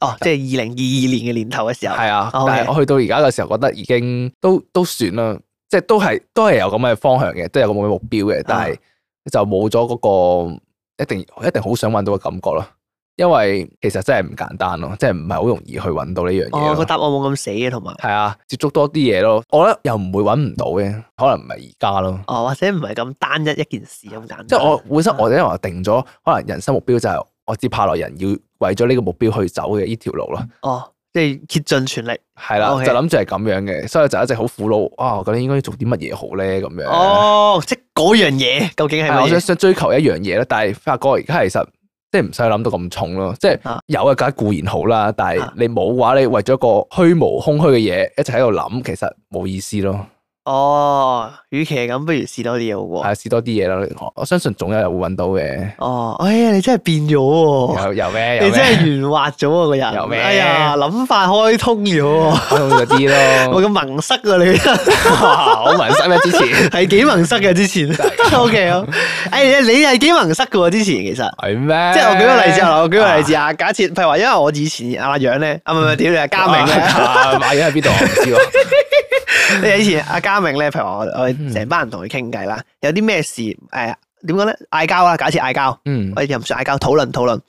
A: 哦，即係二零二二年嘅年頭嘅時候，
B: 係啊，
A: 哦 OK
B: 但係我去到而家嘅時候，覺得已經都都算啦，即係都係都係有咁嘅方向嘅，都有咁嘅目標嘅，
A: 啊
B: 但係就冇咗嗰個一定一定好想揾到嘅感覺咯。因為其實真係唔簡單咯，即係唔係好容易去揾到呢樣
A: 哦，
B: 嘢
A: 個
B: 咯。
A: 答案冇咁死嘅，同埋
B: 係啊，接觸多啲嘢咯，我覺得又唔會揾唔到嘅，可能唔係而家咯。
A: 哦，或者唔係咁單一一件事咁簡單。
B: 即係我本身我因為我定咗，可能人生目標就係我接下來人要為咗呢個目標去走嘅呢條路咯。
A: 哦，即係竭盡全力。
B: 係啦
A: OK
B: 就諗住係咁樣嘅，所以就一直好苦惱啊！我究竟應該做啲乜嘢好咧？咁樣，
A: 哦，即係嗰樣嘢究竟係
B: 係
A: 乜
B: 我想
A: 嘢？
B: 想追求一樣嘢咧，但係發覺而家其實即係唔使諗到咁重咯，即係
A: 啊
B: 有嘅梗係固然好啦，但係
A: 啊
B: 你冇嘅話，你為咗一個虛無空虛嘅嘢一直喺度諗，其實冇意思咯。
A: 哦，與其係咁，不如試多啲嘢好喎。
B: 係試多啲嘢啦。我我相信總有人會揾到嘅。
A: 哦，哎呀，你真係變咗喎，
B: 有有咩？
A: 你
B: 有
A: 真係
B: 哎咩？
A: 圓滑咗喎個人。
B: 有咩哦
A: 哎呀，諗法開通咗 喎，
B: 用嗰 啲
A: 我
B: 咯。
A: 咁萌塞啊你，
B: 哇我紋身咩？之前
A: 係幾萌塞嘅之前。O K 好，哎你係幾萌塞嘅喎之前其實。
B: 係咩？
A: 即係我舉個例子啊，我舉個例子
B: 啊。
A: 啊，假設譬如話，因為我以前阿楊咧，啊唔係唔係，屌你 啊嘉明咧，
B: 啊！買 嘢喺邊度？我唔知喎。
A: 你以前阿嘉明咧，譬如話我我
B: 嗯
A: 哋成班人同佢傾偈啦，有啲咩事誒點講咧？嗌交啊啦，假設嗌交，
B: 嗯
A: 我哋又唔算嗌交，討論討論。譬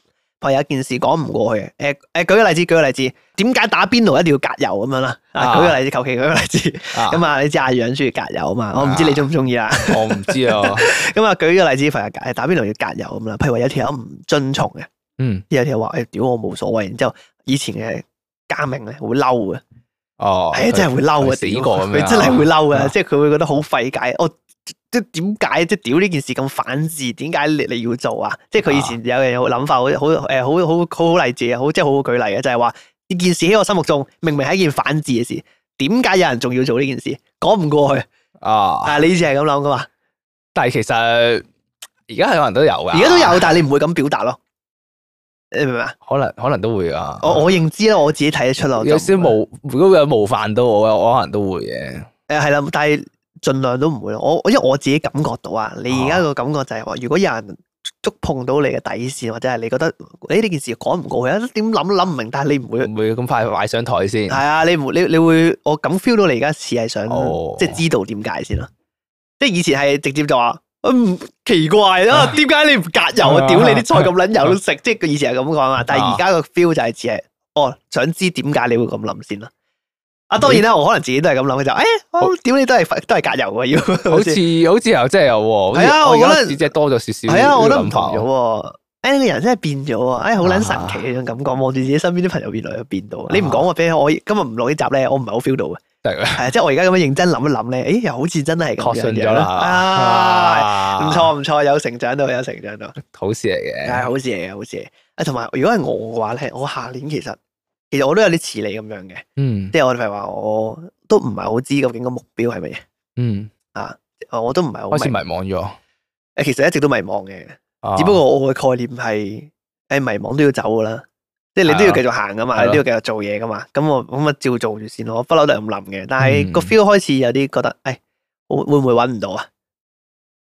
A: 如有一件事講唔過去嘅，誒、誒舉個例子，舉個例子，點解打邊爐一定要隔油咁樣啦？啊，
B: 啊
A: 舉個例子，求其舉個例子，
B: 啊，
A: 咁啊，你知阿楊中意隔油啊嘛，我唔知你中唔中意啦。
B: 我唔知啊。
A: 咁啊，舉個例子，譬如誒打邊爐要隔油咁啦，譬如話有條友唔遵從嘅。
B: 嗯，
A: 有啲人話：，誒、屌我冇所謂。然之後以前嘅嘉明咧會嬲嘅，
B: 哦，
A: 係啊真係會嬲嘅，
B: 佢死過咁樣啊
A: 佢 真係會嬲
B: 啊
A: 嘅，即係佢會覺得好費解。我即係點解即係屌呢件事咁反智？點解你你要做啊？即係佢以前有有諗法，好好誒，好好好好勵志啊嘅，好即係好好舉例嘅，就係話呢件事喺我心目中明明係一件反智嘅事，點解有人仲要做呢件事？講唔過去，
B: 啊！
A: 但係你以前係咁諗噶嘛？
B: 但係其實而家係有人都有噶，
A: 而家都有，但係你唔會咁表達咯。你明唔明啊？
B: 可能可能都會啊。
A: 我我認知啦，我自己睇得出咯。就
B: 有少
A: 唔會
B: 冒，如果有冒犯到我嘅，我可能都會嘅。
A: 誒呃係啦，但係盡量都唔會咯。我我因為我自己感覺到啊，你而家個感覺就係話，如果有人觸碰到你嘅底線，或者係你覺得誒呢件事講唔過去啊，點諗都諗唔明，但係你唔會
B: 唔會咁快擺上台先
A: 係。啊，你唔會你你會我咁 feel 到你而家似係想
B: 哦
A: 即係知道點解先啦。即係以前係直接就話。嗯，奇怪啊，點解你唔隔油啊？屌你啲菜咁撚油都食，即係佢以前係咁講啊嘛。但係而家個 feel 就係似係，哦，想知點解你會咁諗先啦。啊，當然啦，我可能自己都係咁諗嘅就，誒、哎我屌你都係都係隔油啊嘅要，
B: 好似好似又真係有喎。
A: 係啊
B: 好
A: 我
B: 似我
A: 覺
B: 而
A: 得
B: 家只係多咗少少。
A: 係啊，我覺得唔同
B: 諗法啊
A: 咗喎。誒，你個人真係變咗喎！哎誒，好撚神奇嘅種感覺，望住自己身邊啲朋友原來又變到。你唔講我俾我，今日唔落呢集咧，我唔係好 feel 到嘅。
B: 係啊
A: 係啊，即係我而家咁樣認真諗一諗咧，誒，又好似真係咁
B: 確
A: 樣
B: 信
A: 樣
B: 咗啦。
A: 啊，
B: 啊
A: 唔，錯唔錯，有成長到，有成長到，
B: 好事嚟
A: 係
B: 嘅。
A: 好事嚟嘅，好事嚟嘅。啊，同埋如果係我嘅話咧，我下年其實其實我都有啲似你咁樣嘅，
B: 嗯
A: 即係我譬如話我都唔係好知究竟個目標係乜嘢
B: 嗯，
A: 啊，我都唔係好
B: 開始
A: 明
B: 迷。惘咗。
A: 誒，其實一直都迷茫嘅。
B: 啊
A: 只不過我嘅概念係誒迷茫都要走噶啦，即係你都要繼續行噶
B: 係
A: 嘛，
B: 啊
A: 你都要繼續做嘢噶嘛。咁我咁啊照做住先咯，我不嬲都係咁諗嘅。但係個
B: 嗯
A: feel 開始有啲覺得，誒會會唔會揾唔到啊？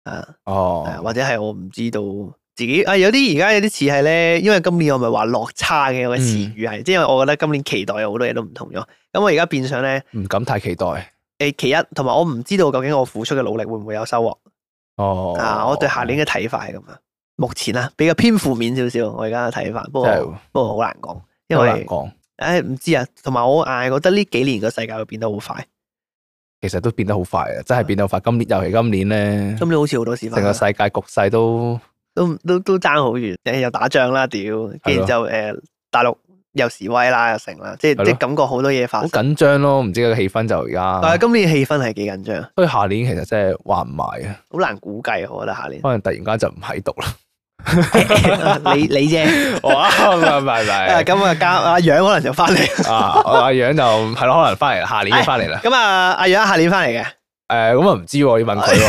A: 啊，係啊
B: 哦，
A: 或者係我唔知道自己啊，有啲而家有啲似係咧，因為今年我咪話落差嘅我嘅詞語
B: 嗯
A: 係，即係因為我覺得今年期待有好多嘢都唔同咗。咁我而家變相咧，
B: 唔敢太期待。
A: 誒其一，同埋我唔知道究竟我付出嘅努力會唔會有收穫。
B: 哦，
A: 啊，我對下年嘅睇法係咁啊。目前啊，比較偏負面少少，我而家嘅睇法。不
B: 真
A: 過
B: 係
A: 不過好難講，因
B: 好難
A: 為
B: 講，
A: 唉唔知啊。同埋我硬係覺得呢幾年個世界會變得好快，
B: 其實都變得好快啊！真係變得好快。今年尤其今年咧，
A: 今年好似好多事發
B: 嗯成個
A: 生
B: 世，界局勢都
A: 都都都爭好遠。誒又打仗啦，屌，跟住
B: 咯
A: 就誒大陸又示威啦，又成啦，即
B: 係
A: 係即係
B: 咯
A: 感覺好多嘢
B: 好
A: 發生。
B: 緊張咯，唔知個氣氛就而
A: 但
B: 家
A: 係。今年氣氛係幾緊張，
B: 所以下年其實真係話唔埋啊，
A: 好難估計，我覺得下年
B: 可能突然間就唔喺度啦。
A: 你你 啫。
B: 哇，唔係唔哦係唔
A: 哦啊
B: 係
A: 咁啊，加阿楊可能就翻嚟。
B: 啊！我阿楊就係咯，可能翻嚟下年就翻嚟啦。
A: 咁啊，阿楊下年翻嚟嘅。
B: 誒咁啊唔知喎，要問佢喎，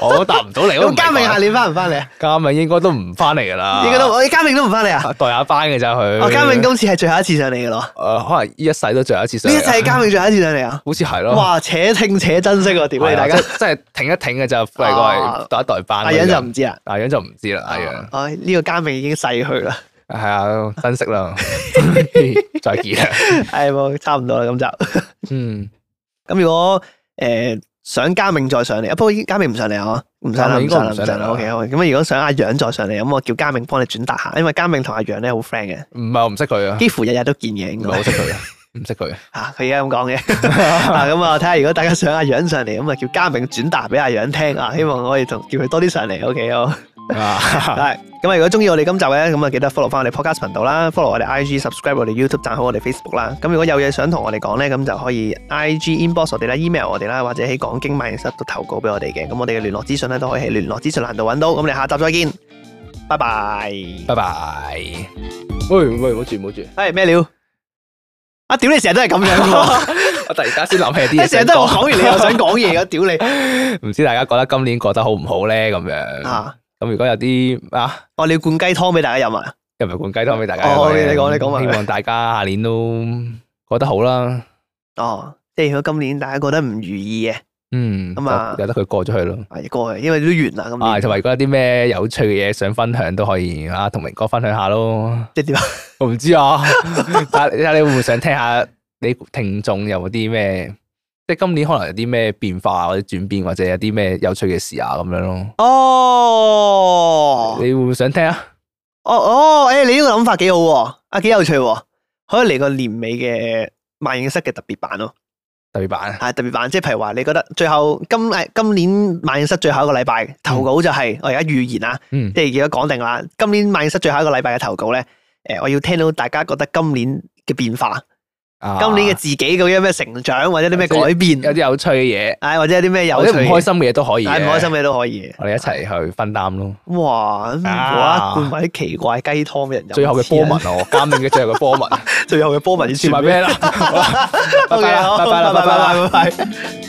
B: 我都答唔到你。我都
A: 咁
B: 唔係
A: 嘉明
B: 講
A: 下年翻唔翻嚟啊？
B: 嘉明應該都唔翻嚟噶啦。
A: 你覺得我嘉明都唔翻嚟啊？
B: 代下班嘅咋佢？
A: 哦，嘉明今次係最後一次上嚟嘅咯，
B: 誒可能呢一世都最後一次上
A: 呢
B: 嚟
A: 一
B: 啊。
A: 世係嘉明最後一次上嚟啊！
B: 好似係咯。
A: 哇，且聽且珍惜喎，屌你
B: 係啊
A: 大家，
B: 即真係挺一挺嘅就嚟過
A: 啊
B: 嚟打一代班。
A: 阿楊就唔，知啦。
B: 阿楊就唔知啦。阿楊
A: 啊哎呢個嘉明已經逝去啦，
B: 係啊，珍惜啦，再見啦。
A: 係冇差唔多啦，咁就
B: 嗯，
A: 咁如果誒想嘉明再上嚟，啊不過已經嘉明唔上嚟啊，唔上啦，
B: 嘉明
A: 唔
B: 應該
A: 上啦，唔
B: 唔上嚟
A: 上啦
B: 啦
A: ，OK 好。咁啊，如果想阿楊再上嚟，咁我叫嘉明幫你轉達下，因為嘉明同阿楊咧好 friend 嘅，
B: 唔係我唔識 佢啊，
A: 幾乎日日都見嘅，應
B: 唔
A: 該
B: 係好識佢啊，唔識佢。
A: 啊，佢而家咁 講嘅，啊咁啊，睇下如果大家想阿楊上嚟，咁啊叫嘉明轉達俾阿楊聽啊，希望可以同叫佢多啲上嚟，OK 好。
B: 啊
A: 係咁啊！如果中意我哋今集咧，咁啊記得 follow 翻我哋 podcast 頻道啦，follow 我哋 IG、subscribe 我哋 YouTube、讚好我哋 Facebook 啦。咁如果有嘢想同我哋講咧，咁就可以 IG inbox 我哋啦、email 我哋啦，或者喺講經萬應室度投稿俾我哋嘅。咁我哋嘅聯絡資訊咧都可以喺聯絡資訊欄度揾到。咁我哋下集再見，拜拜。
B: 拜拜。 喂喂，唔好住唔好住，
A: À, 係咩料？啊！屌你成日都係咁樣喎，
B: 我突然間先諗起
A: 你
B: 啲
A: 成日
B: 嘢想
A: 都係我講
B: 講，
A: 完你又想講嘢嘅，屌你
B: 唔知大家覺得今年過得好唔好咧？咁樣
A: 啊！
B: 咁如果有啲啊，
A: 我哦你要灌雞湯俾大家飲啊！
B: 又唔係灌雞湯俾大家
A: 哦
B: 嘅
A: 你你講你講埋
B: 希望大家下年都過得好啦。
A: 哦，即係如果今年大家覺得唔如意嘅，
B: 嗯，
A: 咁啊
B: 由得佢過咗去咯。
A: 啊過去，因為都完啦咁
B: 啊，
A: 年。
B: 同埋如果有啲咩有趣嘅嘢想分享都可以啊，同明哥分享下咯。
A: 即係點啊？
B: 我唔知啊， 睇睇你會唔會想聽下你聽眾有冇啲咩，即係今年可能有啲咩變化或者轉變，或者有啲咩有趣嘅事啊咁樣咯。
A: 哦，
B: 你會唔會想聽啊？
A: 哦哦，誒，你呢個諗法幾好喎，啊幾有趣喎，可以嚟個年尾嘅萬應室嘅特別版咯，啊
B: 特別版
A: 係特別版，即係譬如話你覺得最後今誒今年萬應室最後一個禮拜投稿就係我而家預言啊，
B: 嗯
A: 即係而家講定啦，今年萬應室最後一個禮拜嘅投稿咧，誒我要聽到大家覺得今年嘅變化，
B: 啊
A: 今年嘅自己究竟有咩成長或者啲咩
B: 或者
A: 改變
B: 有，啲有趣嘅嘢，
A: 誒或者有啲咩有
B: 有
A: 趣
B: 啲唔開
A: 嘅，
B: 心嘅嘢都可以嘅，
A: 誒唔開心嘅都可以嘅。
B: 我哋一齊去分擔咯。
A: 哇！無啦
B: 啊
A: 灌埋啲奇怪雞湯俾人飲。
B: 最後嘅波文，啊， 我鑑定嘅最後嘅波文，
A: 最後嘅波紋要傳
B: 算 埋咩啦？好啦
A: OK，好
B: 拜拜啦，拜拜啦，拜
A: 拜
B: 拜。
A: 拜。